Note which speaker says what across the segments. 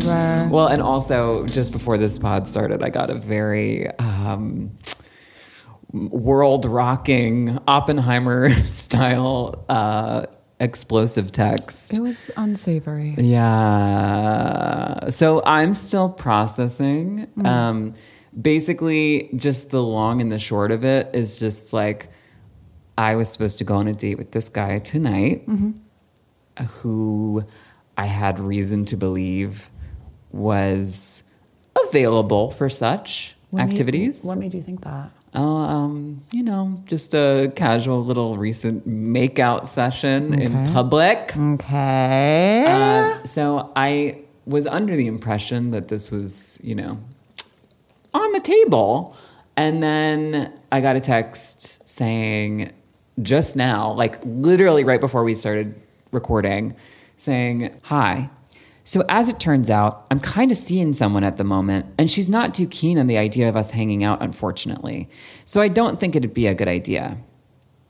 Speaker 1: Well, and also just before this pod started, I got a very um, world rocking Oppenheimer style uh, explosive text.
Speaker 2: It was unsavory.
Speaker 1: Yeah. So I'm still processing. Um, basically, just the long and the short of it is just like I was supposed to go on a date with this guy tonight who I had reason to believe was available for such
Speaker 2: What made-
Speaker 1: activities.
Speaker 2: what made you think that?
Speaker 1: Oh, um, you know, just a casual little recent makeout session in
Speaker 2: Okay.
Speaker 1: public.
Speaker 2: Okay.
Speaker 1: Uh, so I was under the impression that this was, you know, on the table. And then I got a text saying just now, like literally right before we started recording, saying, Hi. So as it turns out, I'm kind of seeing someone at the moment, and she's not too keen on the idea of us hanging out, unfortunately. So I don't think it'd be a good idea.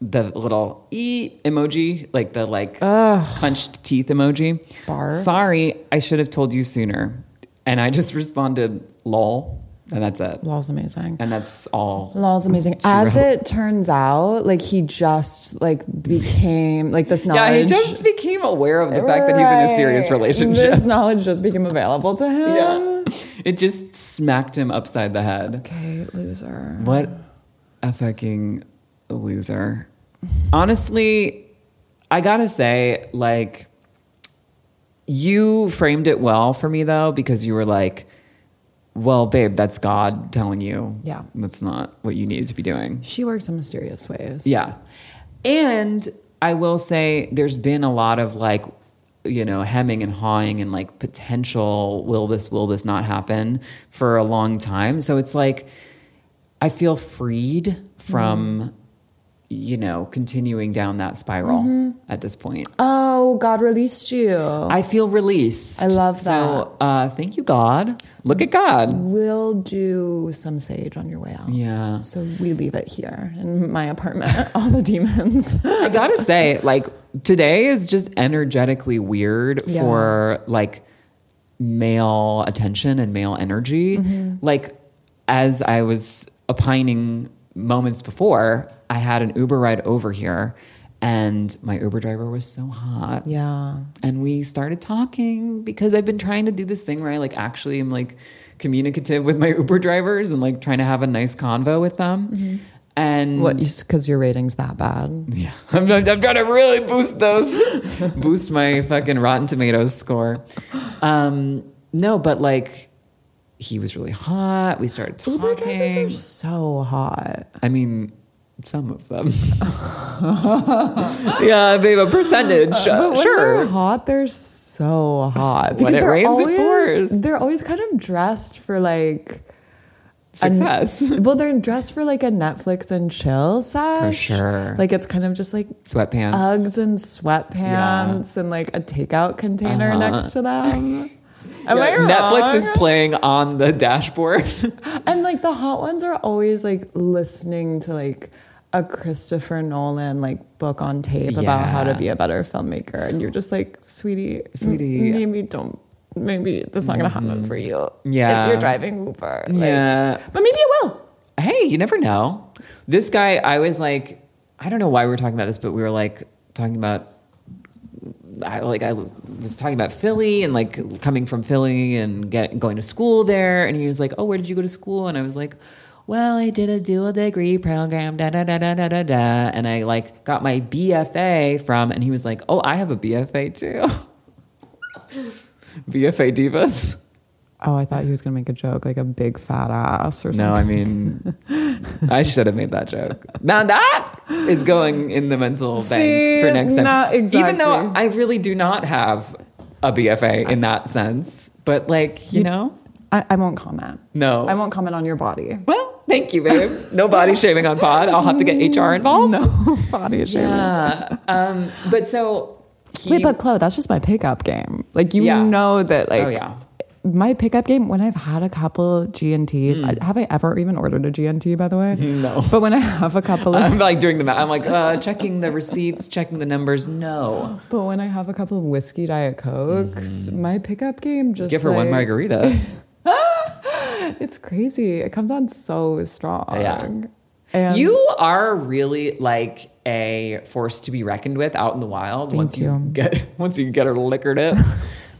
Speaker 1: The little e emoji, like the like clenched teeth emoji.
Speaker 2: Barf.
Speaker 1: Sorry, I should have told you sooner. And I just responded, lol. And that's it.
Speaker 2: Lol's amazing.
Speaker 1: And that's all.
Speaker 2: Lol's amazing. As it turns out, like he just like became like this knowledge.
Speaker 1: Yeah, he just became aware of the fact that he's in a serious
Speaker 2: Right.
Speaker 1: relationship.
Speaker 2: This knowledge just became available to him.
Speaker 1: Yeah. It just smacked him upside the head.
Speaker 2: Okay, loser.
Speaker 1: What a fucking loser. Honestly, I gotta say, like, you framed it well for me though, because you were like, well, babe, that's God telling you.
Speaker 2: Yeah.
Speaker 1: That's not what you needed to be doing.
Speaker 2: She works in mysterious ways.
Speaker 1: Yeah. And I will say there's been a lot of like, you know, hemming and hawing and like potential will this, will this not happen for a long time. So it's like, I feel freed from, you know, continuing down that spiral at this point.
Speaker 2: Oh, God released you.
Speaker 1: I feel released.
Speaker 2: I love
Speaker 1: So uh, thank you, God. Look at God.
Speaker 2: We'll do some sage on your way out.
Speaker 1: Yeah.
Speaker 2: So we leave it here in my apartment. All the demons.
Speaker 1: I gotta say, like today is just energetically weird
Speaker 2: Yeah.
Speaker 1: for like male attention and male energy.
Speaker 2: Mm-hmm.
Speaker 1: Like as I was opining moments before, I had an Uber ride over here, and my Uber driver was so hot
Speaker 2: yeah.
Speaker 1: and we started talking because I've been trying to do this thing where I like actually am like communicative with my Uber drivers and like trying to have a nice convo with them.
Speaker 2: Mm-hmm.
Speaker 1: And
Speaker 2: What? Because your rating's that bad.
Speaker 1: yeah, I'm, I'm, I'm trying to really boost those, boost my fucking Rotten Tomatoes score. Um, no, but like he was really hot. We started talking.
Speaker 2: Uber drivers are so hot.
Speaker 1: I mean, some of them. yeah, babe, a percentage.
Speaker 2: But when
Speaker 1: sure.
Speaker 2: they're hot, they're so hot.
Speaker 1: When it
Speaker 2: they're
Speaker 1: rains, it
Speaker 2: always,
Speaker 1: pours.
Speaker 2: They're always kind of dressed for like an-
Speaker 1: Success.
Speaker 2: well, they're dressed for like a Netflix and chill sesh.
Speaker 1: sure.
Speaker 2: Like it's kind of just like
Speaker 1: Sweatpants.
Speaker 2: Uggs and sweatpants and like a takeout container
Speaker 1: Uh-huh.
Speaker 2: next to them. Am I
Speaker 1: Yeah, Netflix
Speaker 2: wrong?
Speaker 1: is playing on the dashboard.
Speaker 2: and Uh, like the hot ones are always like listening to like a Christopher Nolan like book on tape about how to
Speaker 1: Yeah.
Speaker 2: be a better filmmaker, and you're just like, sweetie, Mm-hmm. m-
Speaker 1: Sweetie.
Speaker 2: maybe don't, maybe that's not gonna happen for you.
Speaker 1: Yeah.
Speaker 2: if you're driving Uber, like-
Speaker 1: Yeah.
Speaker 2: but maybe it will.
Speaker 1: hey, you never know. This guy, I was like, I don't know why we were talking about this, but we were like talking about. I like I was talking about Philly and like coming from Philly and get, going to school there, and he was like, "Oh, where did you go to school?" And I was like, "Well, I did a dual degree program, da da da da da da da," and I like got my BFA from, and he was like, "Oh, I have a BFA too, BFA divas."
Speaker 2: Oh, I thought he was gonna make a joke, like a big fat ass or something.
Speaker 1: No, I mean, I should have made that joke. Now that is going in the mental
Speaker 2: See?
Speaker 1: bank for next time.
Speaker 2: Not
Speaker 1: Even though
Speaker 2: exactly.
Speaker 1: I really do not have a BFA in that sense, but like you, know,
Speaker 2: I, I won't comment.
Speaker 1: no.
Speaker 2: I won't comment on your body.
Speaker 1: well, thank you, babe. No body shaming on pod. I'll have to get HR involved.
Speaker 2: Mm, No body shaming.
Speaker 1: Yeah. Um, but so he,
Speaker 2: Wait, but Chloe, that's just my pickup game. Like you
Speaker 1: Yeah.
Speaker 2: know that like
Speaker 1: Oh, yeah.
Speaker 2: my pickup game when I've had a couple GNTs. I, have I ever even ordered a GNT? By the way,
Speaker 1: Hmm. No.
Speaker 2: But when I have a couple of
Speaker 1: I'm like doing the math. I'm like uh, checking the receipts, checking the numbers. No,
Speaker 2: But when I have a couple of whiskey diet cokes, my pickup game just
Speaker 1: Hmm. give her one
Speaker 2: like-
Speaker 1: margarita.
Speaker 2: It's crazy. It comes on so strong.
Speaker 1: Yeah.
Speaker 2: And
Speaker 1: you are really like a force to be reckoned with out in the wild once you.
Speaker 2: you.
Speaker 1: get once you get her liquored up.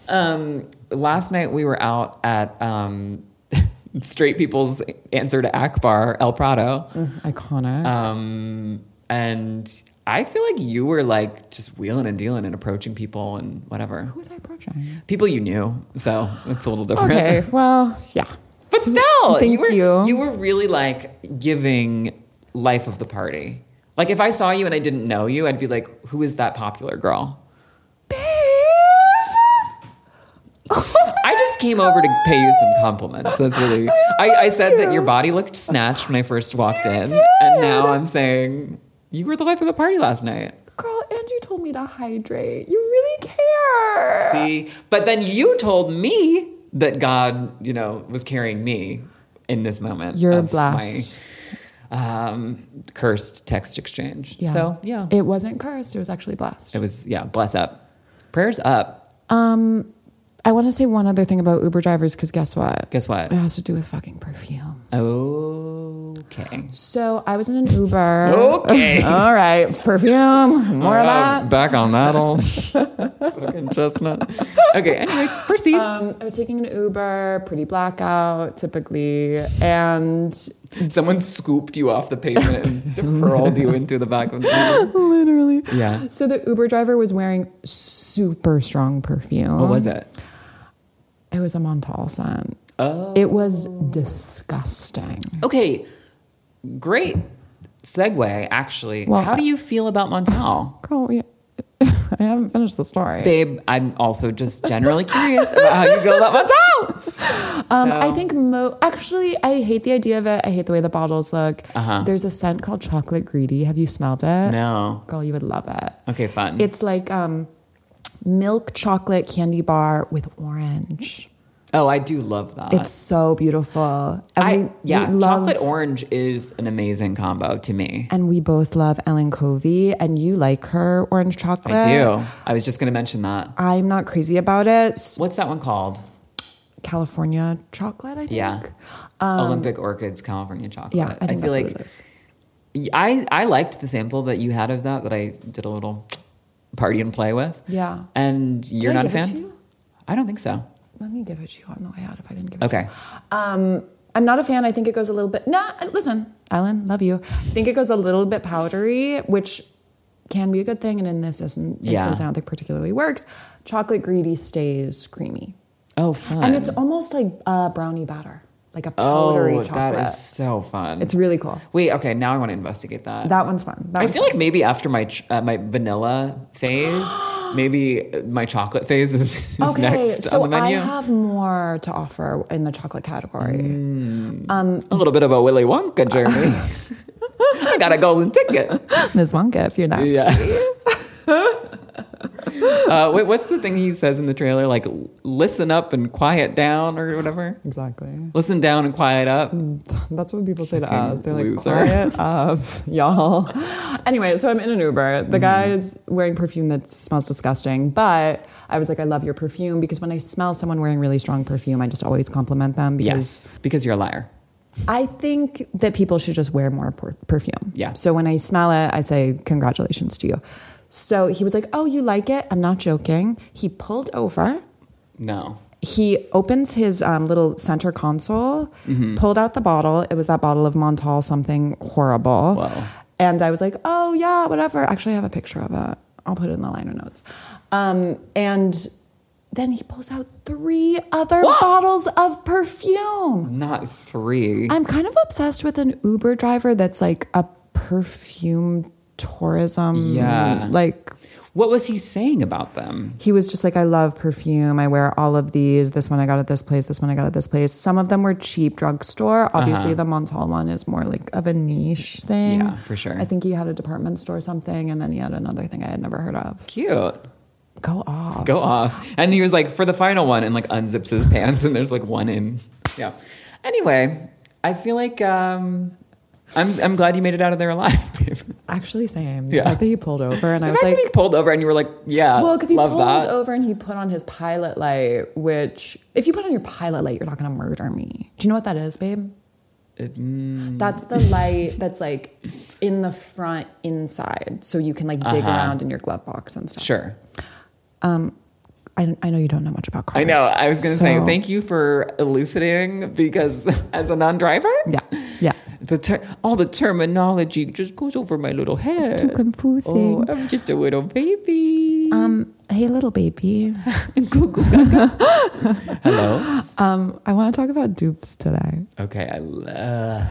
Speaker 1: um, last night we were out at um, straight people's answer to Akbar El Prado,
Speaker 2: iconic.
Speaker 1: um, and I feel like you were like just wheeling and dealing and approaching people and whatever
Speaker 2: Who was I approaching?
Speaker 1: people you knew. So it's a little different.
Speaker 2: Okay. Well, yeah.
Speaker 1: But still,
Speaker 2: Thank
Speaker 1: you, were,
Speaker 2: you.
Speaker 1: were really like giving life of the party. Like if I saw you and I didn't know you, I'd be like, "Who is that popular girl?" I just came over to pay you some compliments. That's really. I, I said that your body looked snatched when I first walked in, and now I'm saying you were the life of the party last night.
Speaker 2: Girl, and you told me to hydrate. You really care.
Speaker 1: See, but then you told me that God, you know, was carrying me in this moment.
Speaker 2: You're
Speaker 1: of
Speaker 2: blessed.
Speaker 1: My, um, cursed text exchange.
Speaker 2: Yeah.
Speaker 1: So yeah, it,
Speaker 2: It wasn't cursed. It was actually blessed.
Speaker 1: was yeah. Bless up, prayers up.
Speaker 2: Um, I want to say one other thing about Uber drivers because guess what?
Speaker 1: Guess what?
Speaker 2: It has to do with fucking perfume.
Speaker 1: Okay.
Speaker 2: So I was in an Uber.
Speaker 1: Okay. Um,
Speaker 2: All right. Perfume. More of that.
Speaker 1: Back on that old fucking chestnut. Okay. Anyway, proceed.
Speaker 2: Um, I was taking an Uber, pretty blackout typically, and
Speaker 1: Someone scooped you off the pavement and hurled you into the back of the.
Speaker 2: literally.
Speaker 1: Yeah.
Speaker 2: So the Uber driver was wearing super strong perfume.
Speaker 1: What was it?
Speaker 2: It was a Montal scent.
Speaker 1: Oh.
Speaker 2: It was disgusting.
Speaker 1: Okay, great segue. Actually,
Speaker 2: Well,
Speaker 1: how do you feel about Montal,
Speaker 2: Girl, yeah. I haven't finished the story.
Speaker 1: babe? I'm also just generally curious about how you feel about Montal.
Speaker 2: Um, I
Speaker 1: So-
Speaker 2: think mo. Actually, I hate the idea of it. I hate the way the bottles look.
Speaker 1: Uh-huh.
Speaker 2: There's a scent called chocolate greedy. Have you smelled it?
Speaker 1: No.
Speaker 2: Girl, you would love it.
Speaker 1: Okay, fun.
Speaker 2: It's like um, milk chocolate candy bar with orange.
Speaker 1: oh, I do love that.
Speaker 2: It's so beautiful. And
Speaker 1: I
Speaker 2: we,
Speaker 1: yeah,
Speaker 2: we love,
Speaker 1: chocolate orange is an amazing combo to me.
Speaker 2: And we both love Ellen Covey, and you like her orange chocolate.
Speaker 1: I do. I was just gonna mention that.
Speaker 2: I'm not crazy about it. S-
Speaker 1: What's that one called?
Speaker 2: California chocolate, I think. Uh, um,
Speaker 1: Yeah, Olympic Orchids California Chocolate.
Speaker 2: Yeah, I think
Speaker 1: feel
Speaker 2: that's
Speaker 1: like
Speaker 2: what it is.
Speaker 1: I I liked the sample that you had of that that I did a little party and play with.
Speaker 2: Yeah.
Speaker 1: And you're
Speaker 2: I
Speaker 1: not
Speaker 2: give
Speaker 1: a
Speaker 2: it
Speaker 1: fan?
Speaker 2: to you?
Speaker 1: I don't think so.
Speaker 2: Let me give it to you on the way out if I didn't give it to you.
Speaker 1: Okay.
Speaker 2: Um, I'm not a fan. I think it goes a little bit. Nah, listen, Ellen, love you. I think it goes a little bit powdery, which can be a good thing. And in this instance,
Speaker 1: Yeah.
Speaker 2: instance, I don't think particularly works. Chocolate greedy stays creamy,
Speaker 1: Oh, fun.
Speaker 2: and it's almost like uh, brownie batter, like a
Speaker 1: oh,
Speaker 2: powdery chocolate.
Speaker 1: that is so fun.
Speaker 2: It's really cool.
Speaker 1: Wait, okay, now I want to investigate that.
Speaker 2: That one's fun. That
Speaker 1: I
Speaker 2: one's
Speaker 1: feel like maybe after my ch- uh, my vanilla phase, maybe my chocolate phase is, is
Speaker 2: Okay,
Speaker 1: next
Speaker 2: so
Speaker 1: on the
Speaker 2: I
Speaker 1: menu.
Speaker 2: have more to offer in the chocolate category.
Speaker 1: a little bit of a Willy Wonka journey. I got a golden ticket.
Speaker 2: Ms. Wonka, if you're not.
Speaker 1: Mm. Yeah. uh, wait, what's the thing he says in the trailer? Like, listen up and quiet down, or whatever.
Speaker 2: Exactly.
Speaker 1: Listen down and quiet up.
Speaker 2: That's what people say to
Speaker 1: Fucking
Speaker 2: us. They're like,
Speaker 1: loser.
Speaker 2: quiet up, y'all. Anyway, so I'm in an Uber.
Speaker 1: Mm-hmm.
Speaker 2: The guy is wearing perfume that smells disgusting, but I was like, I love your perfume because when I smell someone wearing really strong perfume, I just always compliment them because
Speaker 1: Yes, because you're a liar.
Speaker 2: I think that people should just wear more per- perfume.
Speaker 1: Yeah.
Speaker 2: So when I smell it, I say, congratulations to you. So he was like, oh, you like it? I'm not joking. He pulled over.
Speaker 1: No.
Speaker 2: he opens his um, little center console,
Speaker 1: Mm-hmm.
Speaker 2: pulled out the bottle. It was that bottle of Montal something horrible.
Speaker 1: Wow.
Speaker 2: And I was like, oh, yeah, whatever. Actually, I have a picture of it. I'll put it in the liner notes. Um, and then he pulls out three other bottles of perfume.
Speaker 1: Not three.
Speaker 2: I'm kind of obsessed with an Uber driver that's like a perfume tourism.
Speaker 1: Yeah.
Speaker 2: Like,
Speaker 1: What was he saying about them?
Speaker 2: he was just like, I love perfume. I wear all of these. This one I got at this place. This one I got at this place. Some of them were cheap drugstore.
Speaker 1: Uh-huh.
Speaker 2: Obviously, the Montal one is more like of a niche thing.
Speaker 1: Yeah, for sure.
Speaker 2: I think he had a department store or something, and then he had another thing I had never heard of.
Speaker 1: Cute.
Speaker 2: Go off.
Speaker 1: Go off. And he was like, for the final one, and like unzips his pants, and there's like one in. Yeah. Anyway, I feel like um, I'm I'm glad you made it out of there alive.
Speaker 2: Actually, same. The
Speaker 1: Yeah.
Speaker 2: fact that he pulled over and I
Speaker 1: I
Speaker 2: was
Speaker 1: was
Speaker 2: like,
Speaker 1: he pulled over, and you were like, yeah,
Speaker 2: well, because he
Speaker 1: Uh, love
Speaker 2: pulled
Speaker 1: that.
Speaker 2: over and he put on his pilot light, which if you put on your pilot light, you're not going to murder me. Do you know what that is, babe?
Speaker 1: It- mm,
Speaker 2: That's the light that's like in the front inside, so you can like dig around in your glove box and stuff.
Speaker 1: Uh-huh. sure.
Speaker 2: I, I know you don't know much about cars.
Speaker 1: I know. I was going to say
Speaker 2: so-
Speaker 1: thank you for elucidating because as a non-driver,
Speaker 2: Yeah, yeah.
Speaker 1: the ter- all the terminology just goes over my little head.
Speaker 2: It's too confusing.
Speaker 1: Oh, I'm just a little baby.
Speaker 2: Um, hey, little baby.
Speaker 1: Goo, goo, gaga. Hello.
Speaker 2: Um, I want to talk about dupes today.
Speaker 1: Okay, I love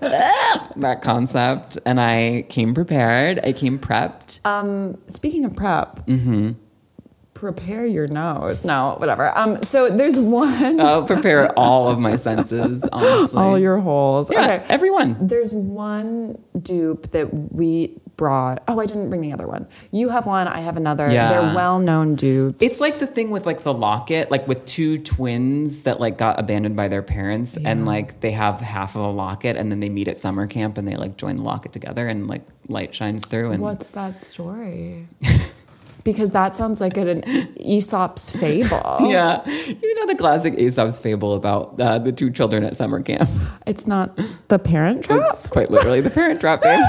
Speaker 1: that concept, and I came prepared. I came prepped.
Speaker 2: Um, speaking of prep,
Speaker 1: Mm-hmm.
Speaker 2: prepare your nose. No, whatever. Um, so there's one,
Speaker 1: I'll prepare all of my senses. Honestly,
Speaker 2: all your holes.
Speaker 1: yeah,
Speaker 2: Okay.
Speaker 1: everyone.
Speaker 2: There's one dupe that we brought. Oh, I didn't bring the other one. You have one. I have another.
Speaker 1: Yeah.
Speaker 2: They're well-known dupes.
Speaker 1: It's like the thing with like the locket, like with two twins that like got abandoned by their parents, and like they have half of a locket, and then they meet at summer camp, and they like join the locket together, and like light shines through, and
Speaker 2: What's that story? because that sounds like an Aesop's fable.
Speaker 1: yeah, you know the classic Aesop's fable about uh, the two children at summer camp.
Speaker 2: It's not the parent trap.
Speaker 1: It's quite literally the parent trap babe.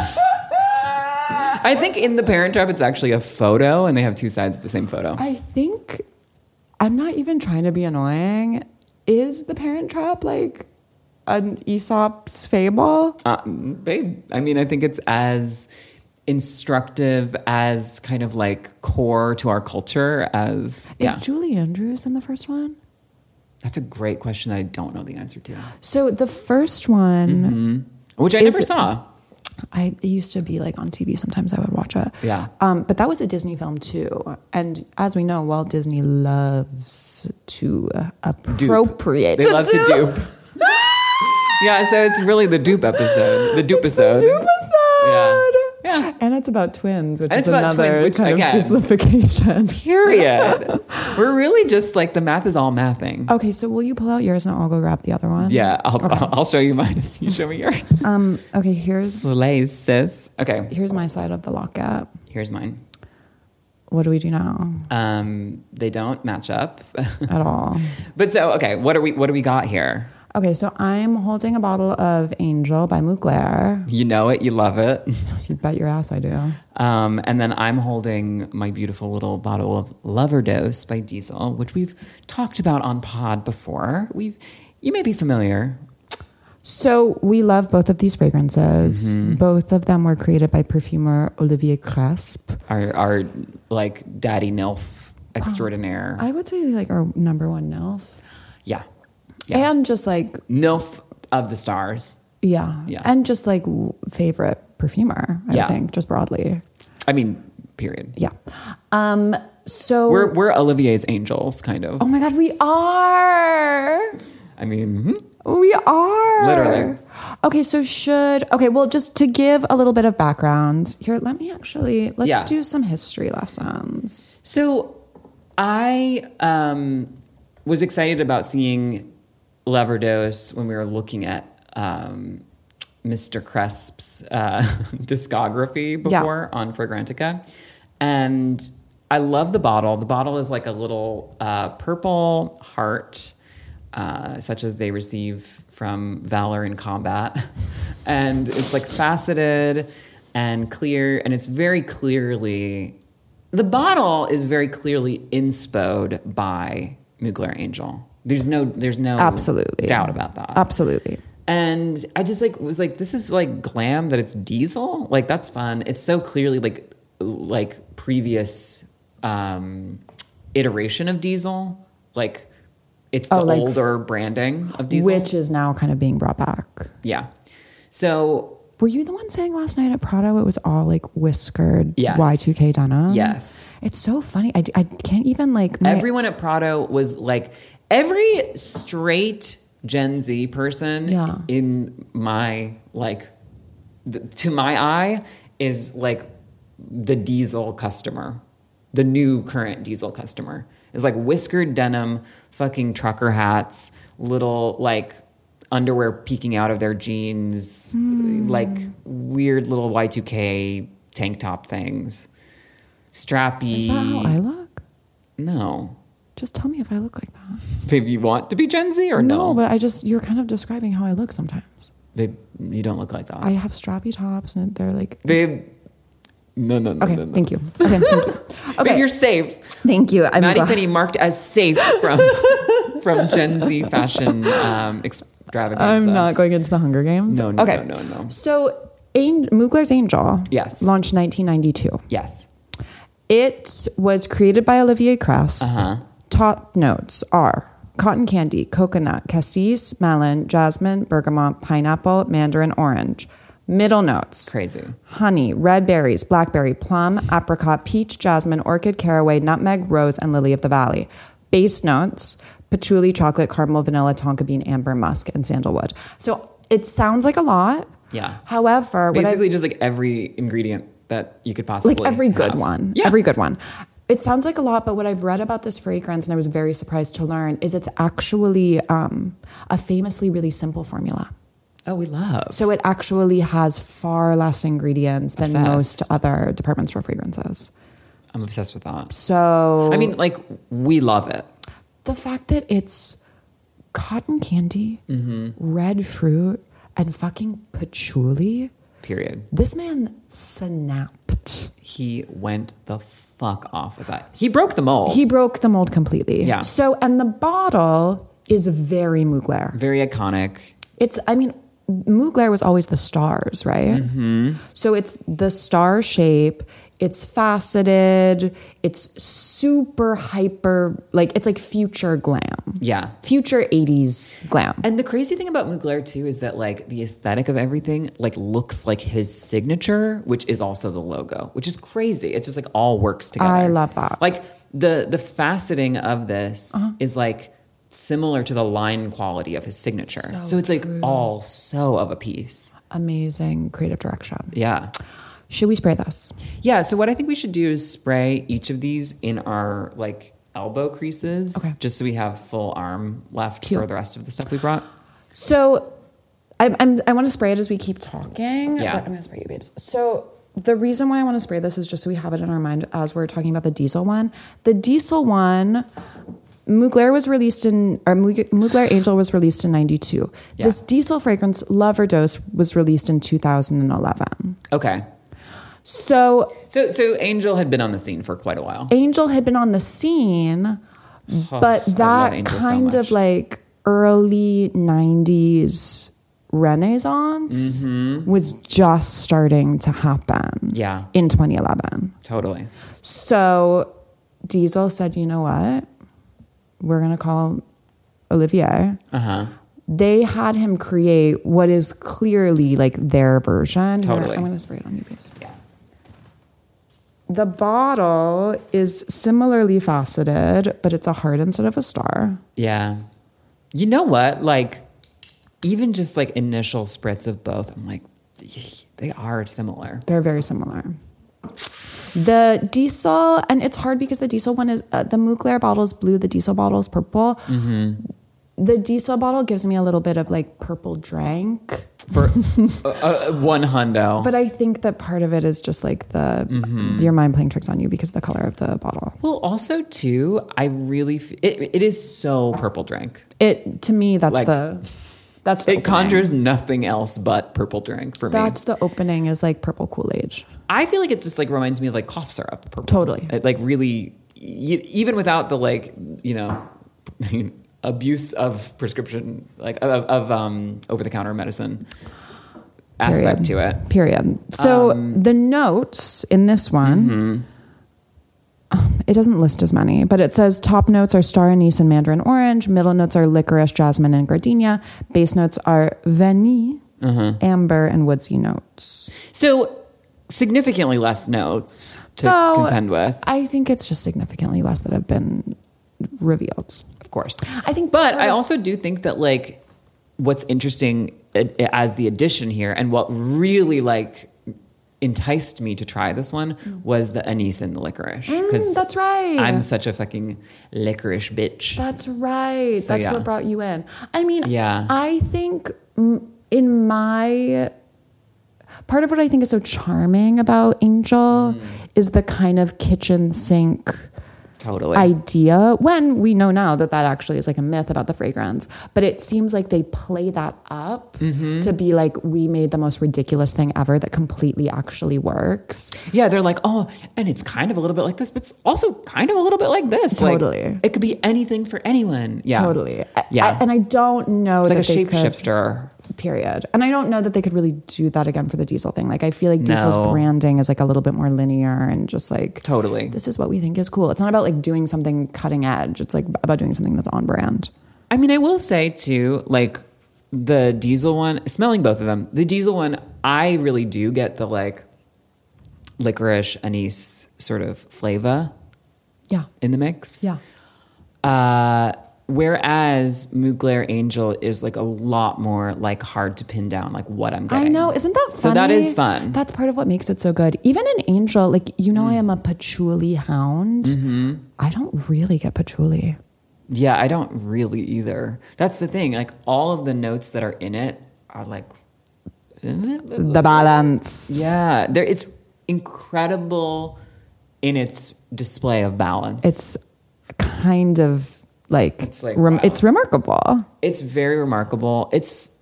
Speaker 1: I think in the parent trap, it's actually a photo, and they have two sides of the same photo.
Speaker 2: I think I'm not even trying to be annoying. Is the parent trap like an Aesop's fable?
Speaker 1: Uh, babe, I mean, I think it's as instructive as kind of like core to our culture as yeah.
Speaker 2: Is Julie Andrews in the first one?
Speaker 1: That's a great question that I don't know the answer to,
Speaker 2: So the first
Speaker 1: Mm-hmm.
Speaker 2: one,
Speaker 1: which I
Speaker 2: Is
Speaker 1: never
Speaker 2: it-
Speaker 1: saw.
Speaker 2: I it used to be like on TV. Sometimes I would watch it.
Speaker 1: Yeah.
Speaker 2: Um, but that was a Disney film too, and as we know, Walt Disney loves to uh, appropriate.
Speaker 1: They love to dupe. yeah, so it's really the dupe episode, the dupe episode.
Speaker 2: episode.
Speaker 1: Yeah. Yeah.
Speaker 2: And it's about twins, which
Speaker 1: And
Speaker 2: is
Speaker 1: it's about
Speaker 2: another
Speaker 1: twins, which,
Speaker 2: kind
Speaker 1: again-
Speaker 2: of duplication.
Speaker 1: Period. We're really just like the math is all mathing.
Speaker 2: Okay, so will you pull out yours and I'll go grab the other one?
Speaker 1: Yeah, I'll, I'll, I'll show you mine if you show me yours.
Speaker 2: Um. Okay. Here's
Speaker 1: Slay, sis. Okay,
Speaker 2: here's my side of the lockup.
Speaker 1: here's mine.
Speaker 2: What do we do now?
Speaker 1: Um, they don't match up.
Speaker 2: At all?
Speaker 1: but so okay, what are we what do we got here?
Speaker 2: Okay, so I'm holding a bottle of Angel by Mugler.
Speaker 1: You know it, you love it.
Speaker 2: You bet your ass I do.
Speaker 1: Um, and then I'm holding my beautiful little bottle of Loverdose by Diesel, which we've talked about on pod before. We've you may be familiar.
Speaker 2: So we love both of these fragrances.
Speaker 1: Mm-hmm.
Speaker 2: Both of them were created by perfumer Olivier Cresp.
Speaker 1: Our our like daddy Nilf extraordinaire.
Speaker 2: I would say like our number one Nilf.
Speaker 1: yeah. Yeah.
Speaker 2: And just like
Speaker 1: Nilf of the stars.
Speaker 2: yeah.
Speaker 1: Yeah.
Speaker 2: And just like w- favorite perfumer, I
Speaker 1: Yeah.
Speaker 2: think, just broadly.
Speaker 1: I mean, period.
Speaker 2: Yeah. Um so
Speaker 1: We're we're Olivier's angels, kind of.
Speaker 2: Oh my god, we are.
Speaker 1: I mean, mhm.
Speaker 2: We are.
Speaker 1: Literally.
Speaker 2: Okay, so should okay, well just to give a little bit of background. Here, let me actually let's
Speaker 1: Yeah.
Speaker 2: do some history lessons.
Speaker 1: so I um, was excited about seeing Leverdose when we were looking at um, Mr. Cresp's uh, discography
Speaker 2: Yeah.
Speaker 1: before on Fragrantica, and I love the bottle. The bottle is like a little uh, purple heart. uh, such as they receive from valor in combat. and it's like faceted and clear, and it's very clearly the bottle is very clearly inspoed by Mugler Angel. There's no there's no
Speaker 2: Absolutely.
Speaker 1: doubt about that.
Speaker 2: Absolutely.
Speaker 1: And I just like was like, this is like glam that it's diesel. Like that's fun. It's so clearly like like previous um iteration of diesel. Like it's the
Speaker 2: Oh, like-
Speaker 1: older branding of diesel.
Speaker 2: Which is now kind of being brought back.
Speaker 1: yeah. So
Speaker 2: Were you the one saying last night at Prado it was all like whiskered
Speaker 1: Yes.
Speaker 2: Y2K denim?
Speaker 1: Yes.
Speaker 2: It's so funny. I, I can't even like. my-
Speaker 1: everyone at Prado was like every straight Gen Z person
Speaker 2: Yeah.
Speaker 1: in my like th- to my eye is like the diesel customer. the new current diesel customer. It's like whiskered denim, fucking trucker hats, little like underwear peeking out of their jeans,
Speaker 2: Hmm.
Speaker 1: like weird little Y2K tank top things. Strappy.
Speaker 2: Is that how I look?
Speaker 1: no.
Speaker 2: Just tell me if I look like that.
Speaker 1: Babe, you want to be Gen Z or no?
Speaker 2: No, but I just you're kind of describing how I look sometimes.
Speaker 1: Babe, you don't look like that.
Speaker 2: I have strappy tops and they're like
Speaker 1: Babe, no, no, no,
Speaker 2: Okay,
Speaker 1: no, no.
Speaker 2: thank you. Okay, thank you.
Speaker 1: Babe,
Speaker 2: Okay,
Speaker 1: you're safe.
Speaker 2: thank you. I'm
Speaker 1: Maddie
Speaker 2: glad-
Speaker 1: Finney marked as safe from from Gen Z fashion um, extravaganza.
Speaker 2: I'm not going into the Hunger Games.
Speaker 1: No, no,
Speaker 2: okay.
Speaker 1: no, no, no.
Speaker 2: So, An- Mugler's Angel,
Speaker 1: Yes.
Speaker 2: launched 1992.
Speaker 1: Yes.
Speaker 2: It was created by Olivier Cress.
Speaker 1: Uh-huh.
Speaker 2: Top notes are cotton candy, coconut, cassis, melon, jasmine, bergamot, pineapple, mandarin orange. Middle notes
Speaker 1: Crazy.
Speaker 2: honey, red berries, blackberry, plum, apricot, peach, jasmine, orchid, caraway, nutmeg, rose, and lily of the valley. Base notes patchouli, chocolate, caramel, vanilla, tonka bean, amber, musk, and sandalwood. So it sounds like a lot.
Speaker 1: Yeah.
Speaker 2: However, what I've-
Speaker 1: Basically, just like every ingredient that you could possibly
Speaker 2: like every good
Speaker 1: have.
Speaker 2: one
Speaker 1: Yeah.
Speaker 2: every good one it sounds like a lot but what i've read about this fragrance and i was very surprised to learn is it's actually um, a famously really simple formula
Speaker 1: Oh, we love.
Speaker 2: so it actually has far less ingredients than
Speaker 1: Obsessed.
Speaker 2: most other department store fragrances
Speaker 1: I'm obsessed with that.
Speaker 2: so
Speaker 1: I mean, like we love it.
Speaker 2: the fact that it's cotton candy
Speaker 1: Mm-hmm.
Speaker 2: red fruit and fucking patchouli
Speaker 1: Period.
Speaker 2: this man snapped
Speaker 1: He went the fuck off with that. He broke the mold.
Speaker 2: He broke the mold completely.
Speaker 1: Yeah.
Speaker 2: So, and the bottle is very Mugler.
Speaker 1: very iconic.
Speaker 2: It's, I mean, Mugler was always the stars, right?
Speaker 1: Mm-hmm.
Speaker 2: So it's the star shape. It's faceted. It's super hyper, like it's like future glam,
Speaker 1: Yeah.
Speaker 2: future '80s glam.
Speaker 1: And the crazy thing about Mugler too is that like the aesthetic of everything like looks like his signature, which is also the logo, which is crazy. It's just like all works together.
Speaker 2: I love that. Uh-huh.
Speaker 1: Like the the faceting of this is like similar to the line quality of his signature. So, it's like all so of a piece.
Speaker 2: Amazing creative direction.
Speaker 1: Yeah.
Speaker 2: Should we spray this?
Speaker 1: Yeah, so what I think we should do is spray each of these in our like elbow creases
Speaker 2: Okay.
Speaker 1: just so we have full arm left
Speaker 2: Cute.
Speaker 1: for the rest of the stuff we brought.
Speaker 2: So I'm, I'm, I want to spray it as we keep talking,
Speaker 1: Yeah.
Speaker 2: but I'm going to spray you, babes. So the reason why I want to spray this is just so we have it in our mind as we're talking about the diesel one. The diesel one, Mugler was released in, or Mug- Mugler Angel was released in 92.
Speaker 1: Yeah.
Speaker 2: This diesel fragrance, Lover Dose, was released in 2011.
Speaker 1: Okay.
Speaker 2: So
Speaker 1: So so Angel had been on the scene for quite a while.
Speaker 2: Angel had been on the scene, but
Speaker 1: Oh, I love
Speaker 2: that
Speaker 1: Angel so
Speaker 2: kind of
Speaker 1: much.
Speaker 2: like early 90s renaissance was just starting to happen
Speaker 1: Mm-hmm. Yeah.
Speaker 2: in 2011.
Speaker 1: Totally.
Speaker 2: So Diesel said, you know what? We're going to call Olivier.
Speaker 1: Uh-huh.
Speaker 2: They had him create what is clearly like their version. Here,
Speaker 1: Totally.
Speaker 2: I'm going to spray it on you guys.
Speaker 1: Yeah.
Speaker 2: The bottle is similarly faceted, but it's a heart instead of a star.
Speaker 1: Yeah. You know what? Like, even just like initial spritz of both, I'm like, they are similar.
Speaker 2: They're very similar. The diesel, and it's hard because the diesel one is uh, the Mugler bottle is blue, the diesel bottle is purple.
Speaker 1: Mm-hmm.
Speaker 2: The diesel bottle gives me a little bit of like purple drink,
Speaker 1: For uh, uh, one hundo.
Speaker 2: but I think that part of it is just like the
Speaker 1: Mm-hmm.
Speaker 2: your mind playing tricks on you because of the color of the bottle.
Speaker 1: well, also too, I really f- it, it is so purple drink.
Speaker 2: It to me that's
Speaker 1: Like,
Speaker 2: the that's the
Speaker 1: It
Speaker 2: opening.
Speaker 1: conjures nothing else but purple drink for me.
Speaker 2: that's the opening is like purple Kool Aid.
Speaker 1: I feel like it just like reminds me of like cough syrup. Purple.
Speaker 2: Totally.
Speaker 1: It, like really, y- even without the like, you know, abuse of prescription, like of, of um, over the counter medicine aspect to it.
Speaker 2: Period. So the notes in this one, um, it doesn't list as many, but it says top notes are star anise and mandarin orange, middle notes are licorice, jasmine, and gardenia, base notes are vanille, amber, and woodsy notes.
Speaker 1: So significantly less notes to
Speaker 2: Though,
Speaker 1: contend with,
Speaker 2: I think it's just significantly less that have been revealed.
Speaker 1: of course.
Speaker 2: I think,
Speaker 1: But
Speaker 2: part
Speaker 1: I
Speaker 2: of-
Speaker 1: also do think that like uh, what's interesting a- as the addition here and what really like enticed me to try this one was the anise and the licorice. Because
Speaker 2: Mm. that's right.
Speaker 1: I'm such a fucking licorice bitch.
Speaker 2: That's right. That's
Speaker 1: yeah.
Speaker 2: what brought you in. I mean,
Speaker 1: Yeah.
Speaker 2: I think mm, in my part of what I think is so charming about Angel
Speaker 1: Mm.
Speaker 2: is the kind of kitchen sink
Speaker 1: totally.
Speaker 2: idea when we know now that that actually is like a myth about the fragrance but it seems like they play that up
Speaker 1: Mm-hmm.
Speaker 2: to be like we made the most ridiculous thing ever that completely actually works
Speaker 1: yeah, they're like, oh, and it's kind of a little bit like this, but it's also kind of a little bit like this. Like,
Speaker 2: Totally.
Speaker 1: it could be anything for anyone. Yeah.
Speaker 2: totally I-
Speaker 1: Yeah.
Speaker 2: I- and i don't know
Speaker 1: It's
Speaker 2: that
Speaker 1: like
Speaker 2: they
Speaker 1: a
Speaker 2: could-
Speaker 1: shapeshifter.
Speaker 2: period. And I don't know that they could really do that again for the diesel thing. Like I feel like diesel's
Speaker 1: No.
Speaker 2: branding is like a little bit more linear and just like
Speaker 1: Totally.
Speaker 2: this is what we think is cool. It's not about like doing something cutting edge. It's like about doing something that's on brand.
Speaker 1: I mean, I will say too, like the diesel one, smelling both of them, the diesel one, I really do get the like licorice anise sort of flavor
Speaker 2: Yeah.
Speaker 1: in the mix.
Speaker 2: Yeah.
Speaker 1: Uh, whereas Mugler Angel is like a lot more like hard to pin down, like what I'm getting.
Speaker 2: I know. Isn't that funny?
Speaker 1: So that is fun. Mm.
Speaker 2: That's part of what makes it so good. Even an angel, like you know I am a patchouli hound.
Speaker 1: Mm-hmm.
Speaker 2: I don't really get patchouli.
Speaker 1: Yeah, I don't really either. That's the thing. Like all of the notes that are in it are like
Speaker 2: The balance.
Speaker 1: yeah, there it's incredible in its display of balance.
Speaker 2: It's kind of like
Speaker 1: It's like,
Speaker 2: rem-
Speaker 1: wow.
Speaker 2: it's remarkable.
Speaker 1: it's very remarkable. It's